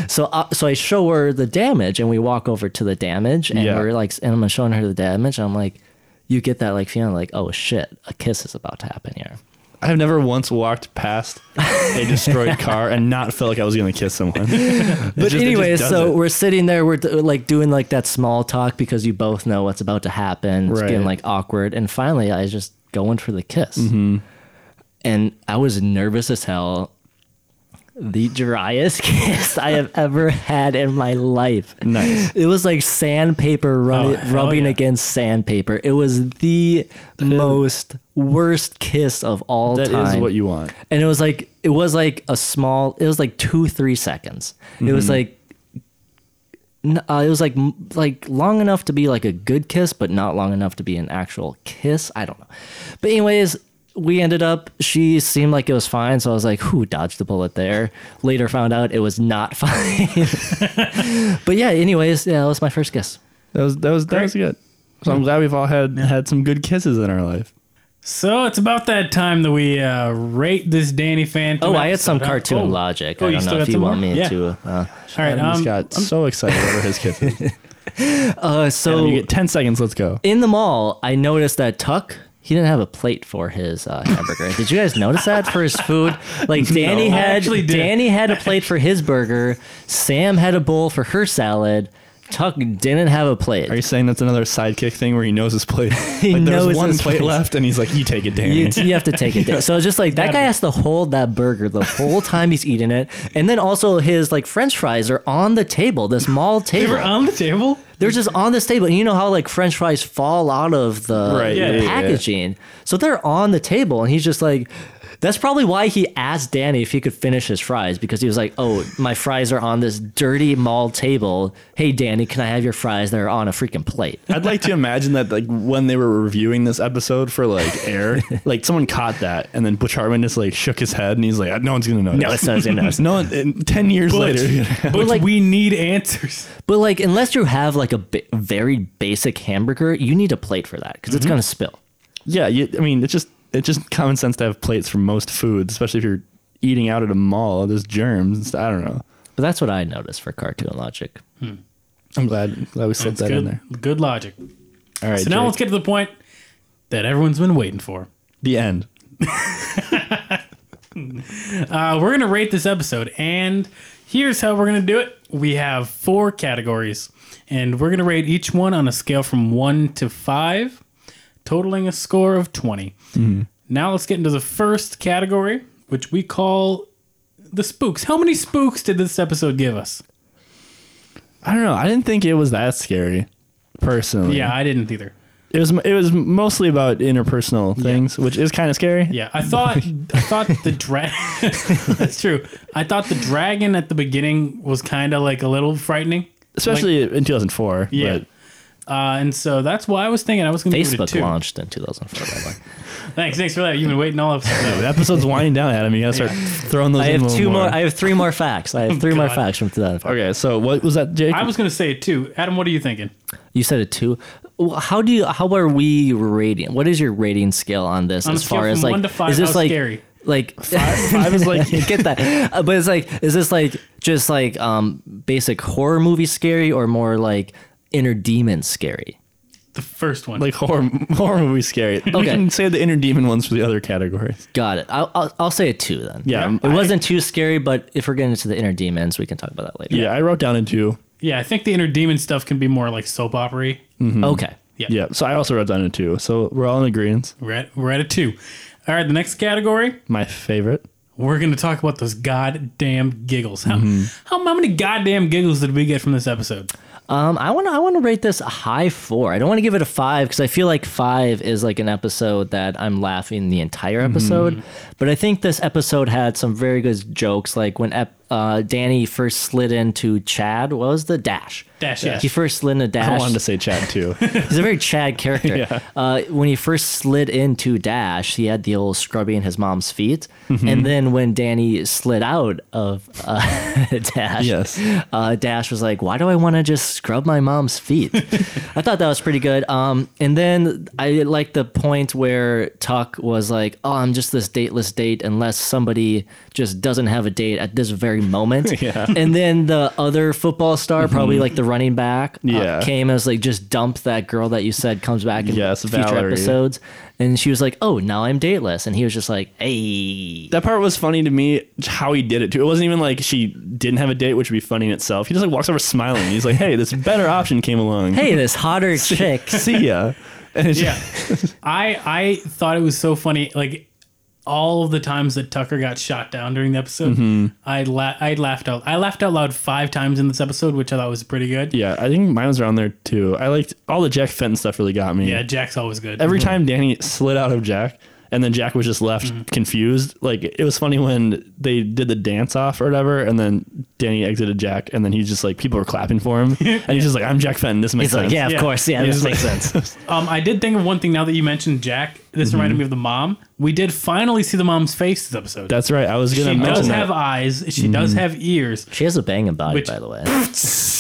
D: [LAUGHS] so, uh, so I show her the damage, and we walk over to the damage, and
C: Yeah.
D: we're like, and I'm showing her the damage, and I'm like, you get that like feeling like, oh shit, a kiss is about to happen here.
C: I've never once walked past a [LAUGHS] destroyed car and not felt like I was going to kiss [LAUGHS] someone.
D: But anyway, so we're sitting there, we're uh, like doing like that small talk because you both know what's about to happen. It's
C: Right.
D: getting like awkward, and finally, I was just going for the kiss,
C: Mm-hmm.
D: and I was nervous as hell. The driest [LAUGHS] kiss I have ever had in my life.
C: Nice.
D: It was like sandpaper run-
B: Oh, hell
D: rubbing
B: yeah.
D: against sandpaper. It was the most worst kiss of all
C: That is
D: time
C: what you want.
D: and it was like it was like a small it was like two three seconds it
B: Mm-hmm.
D: was like n- uh, it was like m- like long enough to be like a good kiss but not long enough to be an actual kiss i don't know but anyways we ended up she seemed like it was fine so i was like who dodged the bullet there later found out it was
B: [LAUGHS]
D: not [LAUGHS] fine but yeah anyways yeah that was my first kiss
C: That was that was that was good. So I'm glad we've all had had some good kisses in our life.
B: So it's about that time that we uh, rate this Danny Phantom.
D: oh i had some
B: episode, huh?
D: cartoon
B: Oh.
D: logic
B: Oh,
D: i
B: you
D: don't
B: still
D: know if
B: got
D: you
B: some
D: want
B: more?
D: me
B: Yeah.
D: to uh,
B: All right,
C: Adam just
B: um, [LAUGHS]
C: got so excited over his [LAUGHS] kisses.
D: uh so
C: you get ten seconds. Let's go.
D: in the mall, I noticed that Tuck. He didn't have a plate for his uh, hamburger. did you guys notice that for his food? Like Danny
B: I
D: had
B: actually did.
D: Danny had a plate for his burger. Sam had a bowl for her salad. Tuck didn't have a plate.
C: Are you saying that's another sidekick thing where [LAUGHS] he knows his plate?
D: He
C: like
D: knows
C: there's one
D: his
C: plate
D: plate.
C: left, and he's like, "You take it, Danny."
D: you, you have to take it. down. So it's just like that guy has to hold that burger the whole time he's eating it, and then also his like French fries are on the table, this mall
B: They
D: table. [LAUGHS]
B: were on the table.
D: They're just on this table. And you know how like French fries fall out of the,
C: Right,
D: the
B: yeah, yeah, yeah.
D: packaging. So they're on the table and he's just like that's probably why he asked Danny if he could finish his fries because he was like, "Oh, my fries are on this dirty mall table. Hey, Danny, can I have your fries? They're on a freaking plate."
C: I'd like to imagine that like when they were reviewing this episode for like [LAUGHS] air, like someone caught that, and then Butch Hartman just like shook his head, and he's like, "No one's gonna notice."
D: No, it's not as
C: [LAUGHS]
D: nice.
C: No, one- and ten years
B: Butch,
C: later,
B: Butch,
D: like-
B: we need answers.
D: But like, unless you have like a b- very basic hamburger, you need a plate for that because it's
B: Mm-hmm.
D: gonna spill.
C: [LAUGHS] yeah. You, I mean, it's just it's just common sense to have plates for most foods, especially if you're eating out at a mall. There's germs. and stuff. I don't know.
D: But that's what I noticed for cartoon logic.
C: I'm glad glad we slid
B: That's
C: that in
B: good,
C: there.
B: good logic.
C: All right,
B: So now
C: Jake,
B: let's get to the point that everyone's been waiting for.
C: the end.
B: Uh, we're going to rate this episode, and here's how we're going to do it. We have four categories, and we're going to rate each one on a scale from one to five, totaling a score of 20. Now let's get into the first category, which we call the spooks. How many spooks did this episode give us?
C: I don't know. I didn't think it was that scary, personally.
B: Yeah, I didn't either.
C: it was. It was mostly about interpersonal things, which is kind of scary.
B: Yeah, I thought I thought the drag. [LAUGHS] That's true. I thought the dragon at the beginning was kind of like a little frightening.
C: especially in 2004.
B: Yeah.
C: but-
B: Uh, and so that's why I was thinking I was going to give it a
D: Facebook
B: two.
D: launched in 2004. by the way.
B: Thanks, thanks for that. You've been waiting all episode.
C: The episode's winding down, Adam. You gotta start throwing those.
D: I
C: in a
D: have
C: little
D: two more. I have three more
B: [LAUGHS]
D: facts. I have three more
B: Oh, God.
D: facts from 2004.
C: okay, so what was that, Jake?
B: [LAUGHS] I was going to say it too. Adam, what are you thinking?
D: You said a two. Well, How do you? How are we rating? What is your rating scale on this?
B: On a
D: as
B: scale
D: far as
B: from
D: like,
B: one to five,
D: is this
B: how
D: like
B: scary?
D: like [LAUGHS]
C: I was like,
D: get that? Uh, But it's like, is this like just like um basic horror movie scary or more like inner demon scary?
B: The first one.
C: like horror horror movie [LAUGHS] scary. We
D: Okay.
C: can say the inner demon ones for the other categories.
D: Got it. I'll I'll, I'll say a two then.
C: Yeah,
D: it wasn't too scary, but if we're getting into the inner demons, we can talk about that later.
C: Yeah, I wrote down a two.
B: yeah, I think the inner demon stuff can be more like soap opera.
D: Okay.
B: Yeah.
C: Yeah, so I also wrote down a two. So we're all in agreement.
B: We're at we're at a two. All right, the next category
C: My favorite.
B: we're going to talk about those goddamn giggles. How, how how many goddamn giggles did we get from this episode?
D: Um, I want to I want to rate this a high four. I don't want to give it a five because I feel like five is like an episode that I'm laughing the entire
C: Mm-hmm.
D: episode. But I think this episode had some very good jokes, like when ep- uh, Danny first slid into Chad. What was the dash?
B: Dash, yes.
D: He first slid into
C: I
D: dash.
C: wanted to say Chad
D: [LAUGHS]
C: too.
D: He's a very
C: [LAUGHS]
D: Chad character. uh, when he first slid into Dash, he had the old scrubbing his mom's feet,
C: Mm-hmm.
D: and then when Danny slid out of uh, [LAUGHS] Dash,
C: Yes.
D: uh, Dash was like, "Why do I want to just scrub my
C: [LAUGHS]
D: mom's feet?" I thought that was pretty good. Um, and then I like the point where Tuck was like, "Oh, I'm just this dateless date unless somebody just doesn't have a date at this very moment."
C: [LAUGHS] Yeah. Mm-hmm.
D: And then the other football star, probably like the running back,
C: Yeah.
D: uh, came as like just dump that girl that you said comes back in
C: Yes,
D: future
C: Valerie.
D: episodes, and she was like, "Oh, now I'm dateless," and he was just like, "Hey."
C: that part was funny to me. How he did it too. It wasn't even like she didn't have a date, which would be funny in itself. He just like walks over smiling. He's like, "Hey, this better option came along.
D: Hey, this [LAUGHS] hotter chick.
C: see ya." And it's
B: Yeah. I I thought it was so funny. Like all of the times that Tucker got shot down during the episode,
C: Mm-hmm.
B: I la- I laughed out. I laughed out loud five times in this episode, which I thought was pretty good.
C: Yeah, I think mine was around there too. I liked all the Jack Fenton stuff. Really got me.
B: Yeah, Jack's always good.
C: Every time Danny slid out of Jack, and then Jack was just left
B: Mm-hmm.
C: confused. Like it was funny when they did the dance off or whatever, and then Danny exited Jack, and then he's just like people were clapping
B: [LAUGHS]
C: for him, and he's just like, "I'm Jack Fenton. This makes
D: He's like,
C: sense."
D: "Yeah, of
B: Yeah.
D: course. Yeah,
C: He's
D: this
C: like-
D: makes sense."
C: [LAUGHS]
B: um, I did think of one thing now that you mentioned Jack. This
C: Mm-hmm.
B: reminded me of the mom. We did finally see the mom's face this episode.
C: That's right. I was gonna
B: she
C: mention
B: does
C: that. Mm-hmm.
B: have eyes. She does have
C: [LAUGHS]
B: ears.
D: She has a banging body,
B: Which-
D: by the way.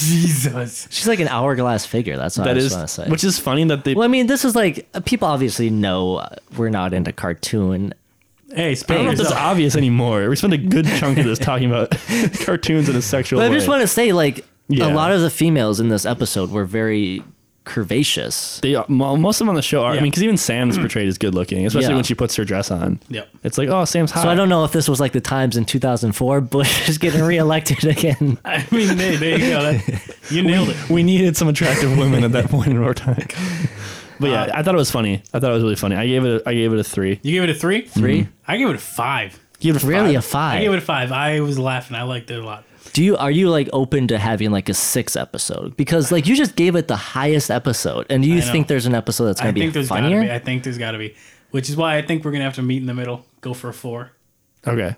B: Jesus.
D: She's like an hourglass figure. That's what
C: that
D: I just
C: is,
D: want to say.
C: which is funny that they.
D: well, I mean, this is like uh, people obviously know uh, we're not into cartoon.
B: Hey,
C: I
B: speaking
C: don't know
B: of
C: if this is obvious anymore. We spent a good chunk of this talking
B: [LAUGHS]
C: about [LAUGHS] cartoons in a sexual
D: But I
C: way.
D: just want to say, like,
C: Yeah.
D: a lot of the females in this episode were very curvaceous.
C: they mo- most of them on the show are. I
B: Yeah.
C: mean, because even Sam's portrayed as good looking, especially
D: Mm. Yeah.
C: when she puts her dress on.
B: Yep.
C: It's like, oh, Sam's hot.
D: So I don't know if this was like the times in 2004. Bush is getting reelected again.
B: [LAUGHS] I mean, hey, there you go. That- you nailed it.
C: We needed some attractive women at that point in our time. But
B: Uh,
C: yeah, I thought it was funny. I thought it was really funny. I gave it. A, I gave it a three.
B: You gave it a three.
D: Three?
B: I gave it a five.
C: Give it
D: Really,
C: five.
D: a
B: I gave
D: five?
B: it a five. I was laughing. I liked it a lot.
D: Do you are you like open to having like a six episode? Because like you just gave it the highest episode, and do you
B: know.
D: think there's an episode that's
B: I
D: gonna be
B: think there's got
D: funnier?
B: to be. I think there's got to be, which is why I think we're gonna have to meet in the middle. Go for a four.
C: Okay.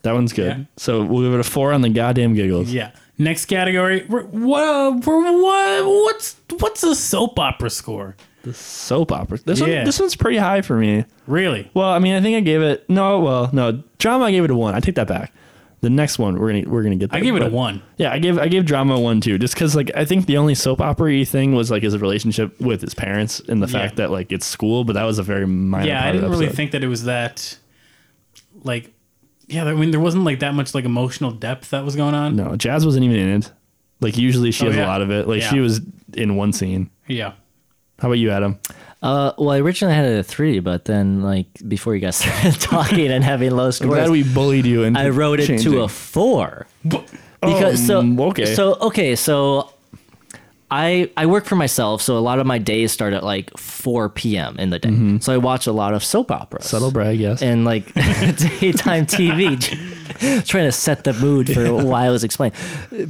C: That one's good.
B: Yeah.
C: So we'll give it a four on the goddamn giggles.
B: Yeah. Next category. We're, what? We're, what? What's what's a soap opera score?
C: Soap opera. This
B: Yeah.
C: one this one's pretty high for me.
B: Really?
C: Well, I mean, I think I gave it no, well, no. Drama I gave it a one. I take that back. The next one we're gonna we're gonna get
B: I
C: there,
B: gave it a
C: but-
B: one.
C: Yeah, I gave I gave drama a one too, just because like I think the only soap opera thing was like his relationship with his parents and the
B: Yeah.
C: fact that like it's school, but that was a very minor.
B: Yeah,
C: part
B: I
C: of the
B: didn't really
C: episode.
B: think that it was that. Like, yeah, I mean, there wasn't like that much like emotional depth that was going on.
C: No, Jazz wasn't even in it. Like usually she
B: Oh,
C: has
B: yeah.
C: a lot of it. Like
B: Yeah.
C: she was in one scene.
B: Yeah.
C: How about you, Adam?
D: Uh, well, I originally had it at three, but then like before you guys [LAUGHS] started talking and having low
C: I'm
D: scores,
C: glad we bullied you and
D: I wrote it to a four. because
C: Um,
D: so
C: okay.
D: so okay so I I work for myself, so a lot of my days start at like 4 p.m. in the day. So I watch a lot of soap operas
C: Mm-hmm. subtle brag. Yes.
D: and like [LAUGHS] daytime TV,
C: [LAUGHS]
D: trying to set the mood for why I was explaining.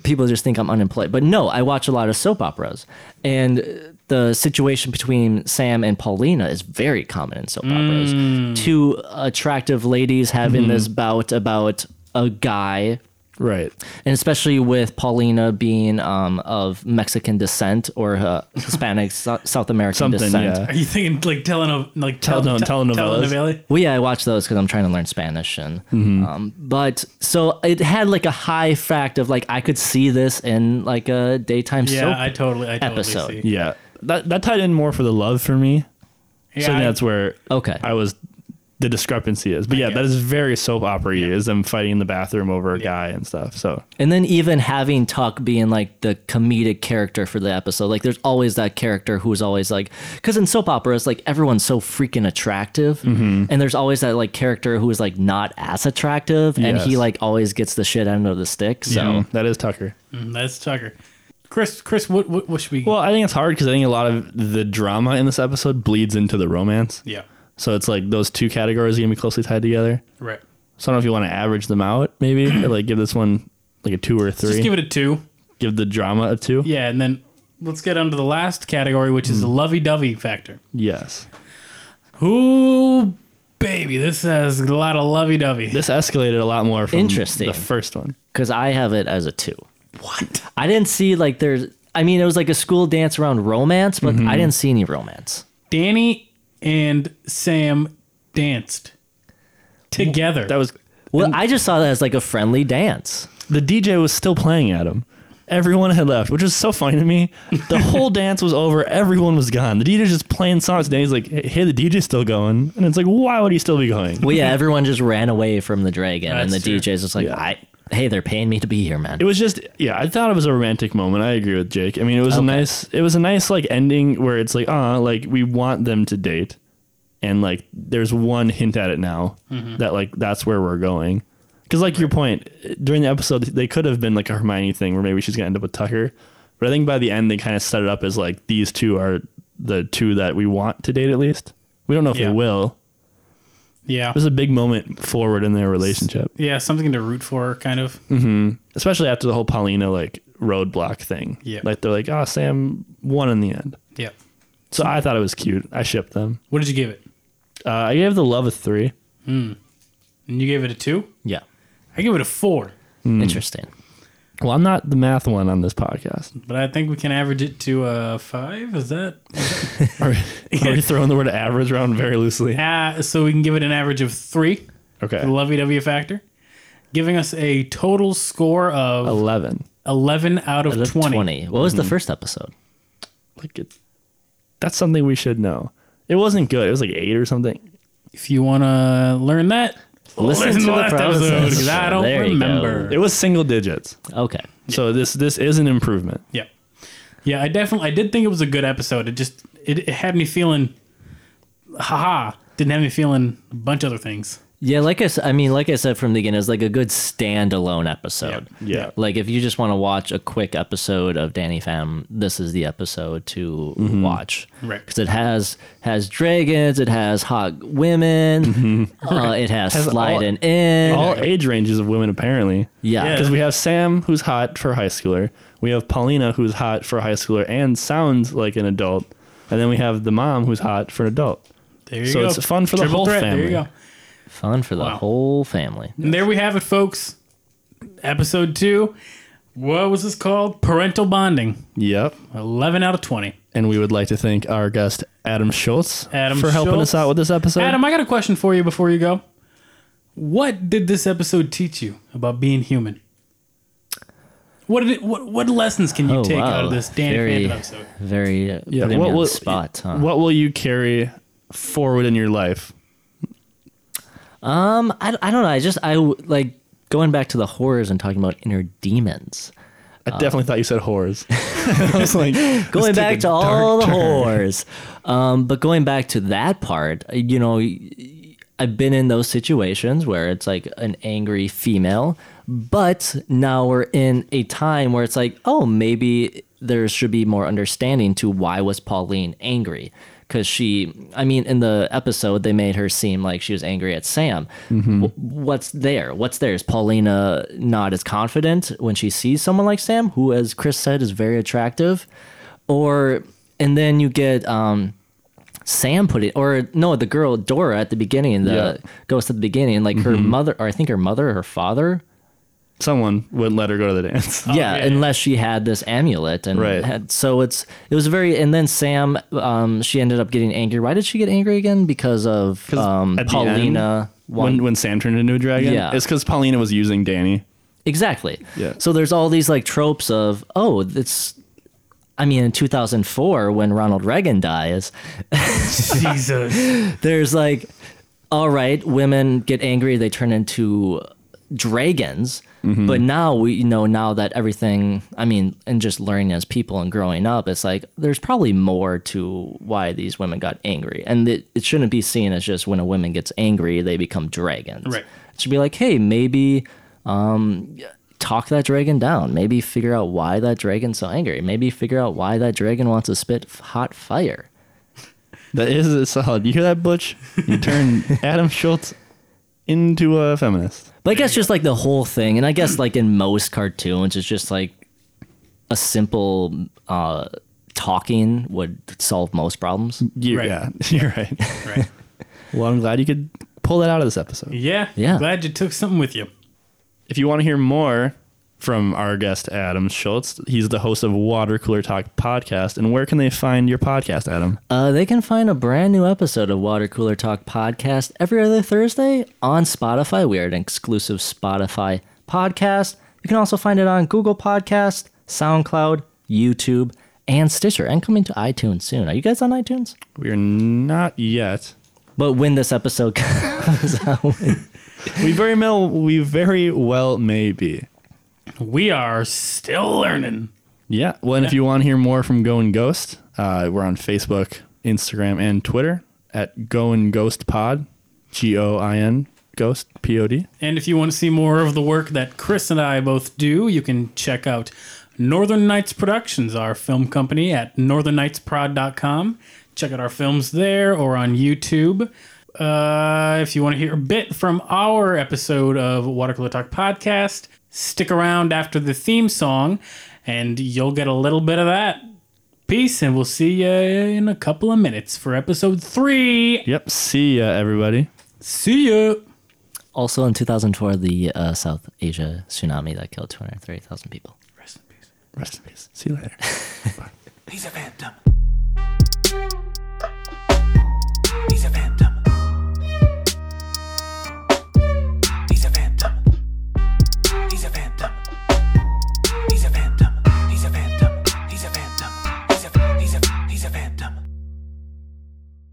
D: People just think I'm unemployed, but no, I watch a lot of soap operas, and the situation between Sam and Paulina is very common in soap
C: Mm.
D: operas. Two attractive ladies having
C: Mm-hmm.
D: this bout about a guy
C: right.
D: and especially with Paulina being um, of Mexican descent or uh, Hispanic so- South American
C: Something,
D: descent.
C: yeah.
B: Are you thinking like teleno like
C: Tel- telenovelas.
B: telenovela?
D: Well, yeah, I watch those because I'm trying to learn Spanish, and
B: Mm-hmm.
D: um, but so it had like a high fact of like I could see this in like a daytime
B: Yeah,
D: soap.
B: I totally, I totally
D: episode.
B: see.
C: Yeah. That that tied in more for the love for me. so
B: I-
C: that's where
D: Okay.
C: I was the discrepancy is. But yeah, that
B: guess.
C: is very soap opera is them fighting in the bathroom over a guy and stuff. So
D: and then even having Tuck being like the comedic character for the episode, like there's always that character who's always like, because in soap operas, like everyone's so freaking attractive,
B: Mm-hmm.
D: and there's always that like character who is like not as attractive, and he
C: Yes.
D: like always gets the shit end of the stick. So
C: Mm, that is Tucker.
B: Mm, that's Tucker. Chris, Chris, what, what, what should we?
C: Well, I think it's hard because I think a lot of the drama in this episode bleeds into the romance.
B: yeah,
C: So it's like those two categories are gonna be closely tied together.
B: right.
C: So I don't know if you want to average them out,
B: [CLEARS THROAT]
C: maybe or like give this one like a two or a three.
B: Just give it a two.
C: Give the drama a two.
B: Yeah, and then let's get on to the last category, which
C: Hmm.
B: is the lovey-dovey factor.
C: Yes.
B: Ooh, baby, this has a lot of lovey-dovey.
C: This escalated a lot more from
D: Interesting.
C: the first one.
D: because I have it as a two.
B: What?
D: I didn't see like there's. I mean, it was like a school dance around romance, but I didn't see any romance.
B: Danny and Sam danced together.
C: That was
D: Well, I just saw that as like a friendly dance.
C: the DJ was still playing at him. Everyone had left, which is so funny to me.
B: [LAUGHS]
C: The whole dance was over. Everyone was gone. The DJ's just playing songs. Danny's like, "Hey, the DJ's still going," and it's like, "Why would he still be going?"
D: Well, yeah, everyone just ran away from the dragon, and the
B: That's true.
D: DJ's just like,
C: Yeah.
D: I, hey, they're paying me to be here, man.
C: It was just, yeah, I thought it was a romantic moment. I agree with Jake. I mean, it was a nice, it was a nice like ending where it's like, ah, like we want them to date, and like there's one hint at it now that like that's where we're going. Because like your point during the episode, they could have been like a Hermione thing where maybe she's gonna end up with Tucker, but I think by the end they kind of set it up as like these two are the two that we want to date at least. We don't know if
B: Yeah.
C: they will.
B: yeah,
C: It was a big moment forward in their relationship,
B: yeah, something to root for, kind of.
C: Hmm. especially after the whole Paulina like roadblock thing.
B: Yeah.
C: Like they're like, oh, Sam won in the end.
B: Yeah.
C: So I thought it was cute. I shipped them.
B: What did you give it?
C: Uh, I gave the love a three.
B: And you gave it a two.
D: yeah,
B: I give it a four,
D: interesting.
C: Well, I'm not the math one on this
B: [LAUGHS]
C: podcast.
B: but I think we can average it to a five. Is that?
C: Are, we- are we throwing the word average around
B: [LAUGHS]
C: very loosely?
B: Ah, so we can give it an average of three. The
C: Okay.
B: lovey-dovey factor, giving us a total score of
C: Eleven.
B: eleven out of
D: Out of
B: 20.
D: 20. What was the first episode?
C: Like it, that's something we should know. It wasn't good. It was like eight or something.
B: If you want to learn that, listen, to the last
D: previous
B: episode because I
D: episode.
B: don't
D: There you go.
B: remember.
C: It was single digits.
D: Okay.
C: So this this is an improvement.
B: Yeah. Yeah, I definitely I did think it was a good episode. It just it, it had me feeling haha. Didn't have me feeling a bunch of other things.
D: Yeah, like I, s- I mean, like I said from the beginning, it's like a good standalone episode.
C: Yeah. Yeah.
D: Like if you just want to watch a quick episode of Danny Pham, this is the episode to watch.
B: Mm-hmm. Right.
D: Because it has has dragons, it has hot women,
B: Mm-hmm.
D: uh, it has,
C: Has all-
D: sliding in.
C: All age ranges of women, apparently.
D: Yeah.
C: Because we have Sam, who's hot for high schooler. We have Paulina, who's hot for high schooler and sounds like an adult. And then we have the mom, who's hot for an adult.
B: There you
C: So
B: go.
C: it's fun for the
B: Triple
C: whole
B: threat. There you
C: family.
B: go.
D: Fun for the
B: Wow.
D: whole family.
B: And there we have it, folks. Episode two. What was this called? Parental bonding.
C: Yep.
B: 11 out of 20.
C: And we would like to thank our guest, Adam Schultz,
B: Adam
C: for helping
B: Schultz.
C: us out with this episode.
B: Adam, I got a question for you before you go. What did this episode teach you about being human? What did it, what what lessons can you
D: Oh,
B: take
D: wow.
B: out of this Danny
D: Very-
B: Phantom episode?
D: Very uh,
C: Yeah,
D: putting me
C: what
D: on the
C: will-
D: spot. Huh?
C: What will you carry forward in your life?
D: Um, I, I don't know. I just I w- like going back to the horrors and talking about inner demons.
C: I definitely thought you said whores. Uh, [LAUGHS] I was like,
D: Going back to all the horrors. Um, but going back to that part, you know, I've been in those situations where it's like an angry female, but now we're in a time where it's like, oh, maybe there should be more understanding to why was Pauline angry? Because she, I mean, in the episode, they made her seem like she was angry at Sam. W- what's there? What's there? Is Paulina not as confident when she sees someone like Sam, who, as Chris said, is very attractive? Or, and then you get, um, Sam put it, or no, the girl Dora at the beginning, the
C: Yeah. Mm-hmm.
D: ghost at the beginning, like her mother, or I think her mother or her father.
C: Someone wouldn't let her go to the dance.
D: yeah,
B: yeah,
D: unless she had this amulet, and
C: Oh, Right.
D: had, so it's it was very. And then Sam, um, she ended up getting angry. Why did she get angry again? Because of um,
C: at the
D: Paulina.
C: end, when when Sam turned into a dragon,
D: Yeah.
C: it's because Paulina was using Danny.
D: Exactly.
C: Yeah.
D: So there's all these like tropes of oh, it's. I mean, in 2004, when Ronald Reagan dies,
B: Jesus.
D: there's like all right women get angry they turn into dragons but now we you know now that everything i mean and just learning as people and growing up it's like there's probably more to why these women got angry and it, it shouldn't be seen as just when a woman gets angry they become dragons
B: Right.
D: it should be like hey maybe um talk that dragon down maybe figure out why that dragon's so angry maybe figure out why that dragon wants to spit f- hot fire
C: That is a solid. You hear that, Butch? You
B: [LAUGHS]
C: turn Adam Schultz into a feminist.
D: But I guess just like the whole thing, and I guess like in most cartoons, it's just like a simple uh, talking would solve most problems.
C: You,
B: Right.
C: Yeah, [LAUGHS] you're right.
B: Right.
C: [LAUGHS] Well, I'm glad you could pull that out of this episode.
B: Yeah.
D: Yeah.
B: Glad you took something with you.
C: If you want to hear more from our guest Adam Schultz, he's the host of Water Cooler Talk podcast. And where can they find your podcast, Adam?
D: Uh, they can find a brand new episode of Water Cooler Talk podcast every other Thursday on Spotify. We are an exclusive Spotify podcast. You can also find it on Google Podcast, SoundCloud, YouTube, and Stitcher, and coming to iTunes soon. Are you guys on iTunes?
C: We're not yet.
D: But when this episode [LAUGHS] comes out,
C: We very well, we very well may be.
B: We are still learning.
C: Yeah. Well, and if you want to hear more from Go and Ghost, uh, we're on Facebook, Instagram, and Twitter at Go and Ghost Pod, G O I N Ghost P O D.
B: And if you want to see more of the work that Chris and I both do, you can check out Northern Nights Productions, our film company, at northernnightsprod.com. Check out our films there or on YouTube. Uh, if you want to hear a bit from our episode of Watercolor Talk Podcast, stick around after the theme song and you'll get a little bit of that. Peace, and we'll see you in a couple of minutes for episode three.
C: Yep. See ya, everybody.
B: See you.
D: Also in 2004, the uh, South Asia tsunami that killed 230,000 people.
B: Rest in peace.
C: Rest in peace. See you later.
A: He's a phantom. He's a phantom. He's a phantom. He's a phantom. He's a phantom. He's a phantom. He's a phantom. He's a he's a he's a phantom.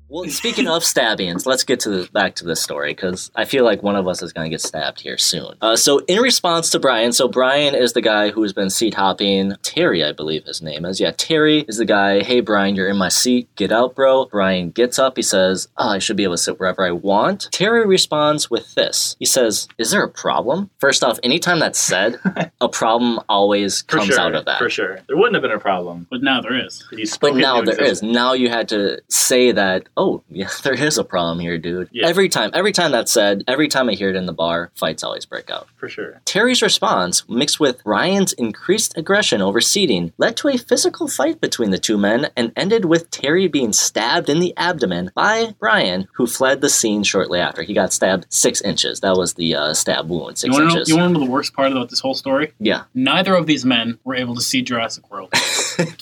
E: Well,
D: Well, speaking of stabbings, let's get to the, back to this story because I feel like one of us is going to get stabbed here soon. Uh, so, in response to Brian, so Brian is the guy who has been seat hopping. Terry, I believe his name is. Yeah, Terry is the guy. Hey, Brian, you're in my seat. Get out, bro. Brian gets up. He says, oh, I should be able to sit wherever I want. Terry responds with this. He says, Is there a problem? First off, anytime that's
E: [LAUGHS]
D: said, a problem always
E: For
D: comes
E: sure,
D: out of that.
E: for sure. There wouldn't have been a problem.
F: But now there is.
E: if you spoke
D: But
E: it
D: now
E: into
D: there is.
E: existence.
D: Now you had to say that, oh, yeah, [LAUGHS] there is a problem here, dude.
E: Yeah.
D: Every time, every time that's said, every time I hear it in the bar, fights always break out.
E: for sure.
D: Terry's response, mixed with Ryan's increased aggression over seating, led to a physical fight between the two men and ended with Terry being stabbed in the abdomen by Brian, who fled the scene shortly after. He got stabbed six inches. That was the uh, stab wound,
F: You
D: six
F: want to know?
D: inches.
F: You want to know the worst part about this whole story?
D: yeah.
F: Neither of these men were able to see Jurassic [LAUGHS] World,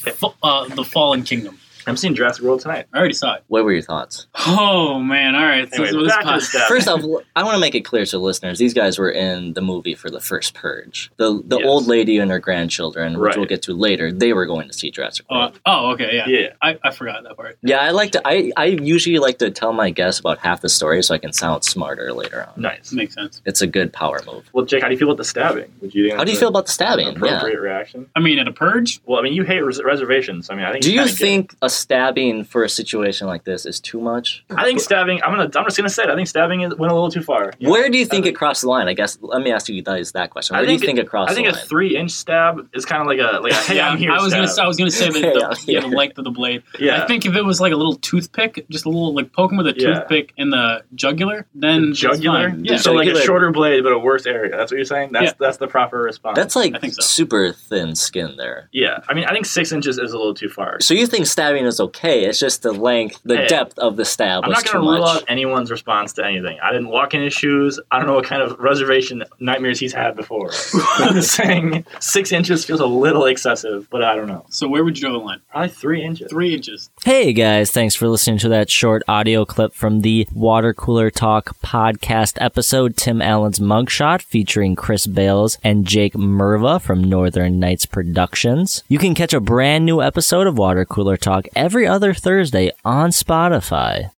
F: F- uh, the Fallen Kingdom.
E: I'm seeing Jurassic World tonight.
F: I already saw it.
D: What were your thoughts?
F: Oh man! All right, so,
E: Anyway,
F: so this
E: back to the
F: pod-
E: stab.
D: First off, I want to make it clear to listeners: these guys were in the movie for the first Purge. The the
E: Yes.
D: old lady and her grandchildren, which
E: Right.
D: we'll get to later, they were going to see Jurassic
F: uh,
D: World.
F: oh, okay, yeah.
E: Yeah.
F: I, I forgot that part.
D: yeah, I like to. I I usually like to tell my guests about half the story so I can sound smarter later on.
E: Nice.
F: Makes sense.
D: It's a good power move.
E: Well, Jake, how do you feel about the stabbing? Would you? think
D: How do you
E: that's
D: feel
E: a-
D: about the stabbing? Yeah.
E: Appropriate reaction.
F: I mean, at a purge, [LAUGHS]
E: Well, I mean, you hate res- reservations. I mean, I think.
D: Do you
E: kinda get it.
D: think a stabbing for a situation like this is too much?
E: I think stabbing. I'm gonna. I'm just gonna say it. I think stabbing is, went a little too far. You know,
D: Where do you think
E: I
D: it crossed the line? I guess let me ask you guys that question.
E: I
D: Where do you
E: think
D: think it crossed
E: I think
D: the
E: a
D: line?
E: three inch stab is kind of like a like
D: [LAUGHS]
E: a hey, I'm here.
F: I was
E: stab.
F: gonna say- I was gonna say that
D: Hey,
F: the,
D: I'm
F: [LAUGHS] yeah, the
D: here.
F: length of the blade.
E: yeah.
F: I think if it was like a little toothpick, just a little like poking with a
E: Yeah.
F: toothpick in the jugular, then it's
E: jugular.
F: fine. Yeah.
E: So like a
D: Jugular.
E: shorter blade, but a worse area. That's what you're saying. That's that's the proper response.
D: That's like
F: I think so.
D: super thin skin there.
E: yeah. I mean, I think six inches is a little too far.
D: So you think stabbing is okay? It's just the length, the
E: Hey,
D: depth of the stab
E: I'm
D: was
E: not
D: too
E: going to rule
D: much.
E: out anyone's response to anything. I didn't walk in his shoes. I don't know what kind of reservation nightmares he's had before. [LAUGHS] I'm just saying six inches feels a little excessive, but I don't know.
F: So where would you draw the line?
E: Probably three inches.
F: Three inches.
D: Hey guys, thanks for listening to that short audio clip from the Water Cooler Talk podcast episode, Tim Allen's Mugshot, featuring Chris Bales and Jake Merva from Northern Nights Productions. You can catch a brand new episode of Water Cooler Talk every other Thursday on Spotify.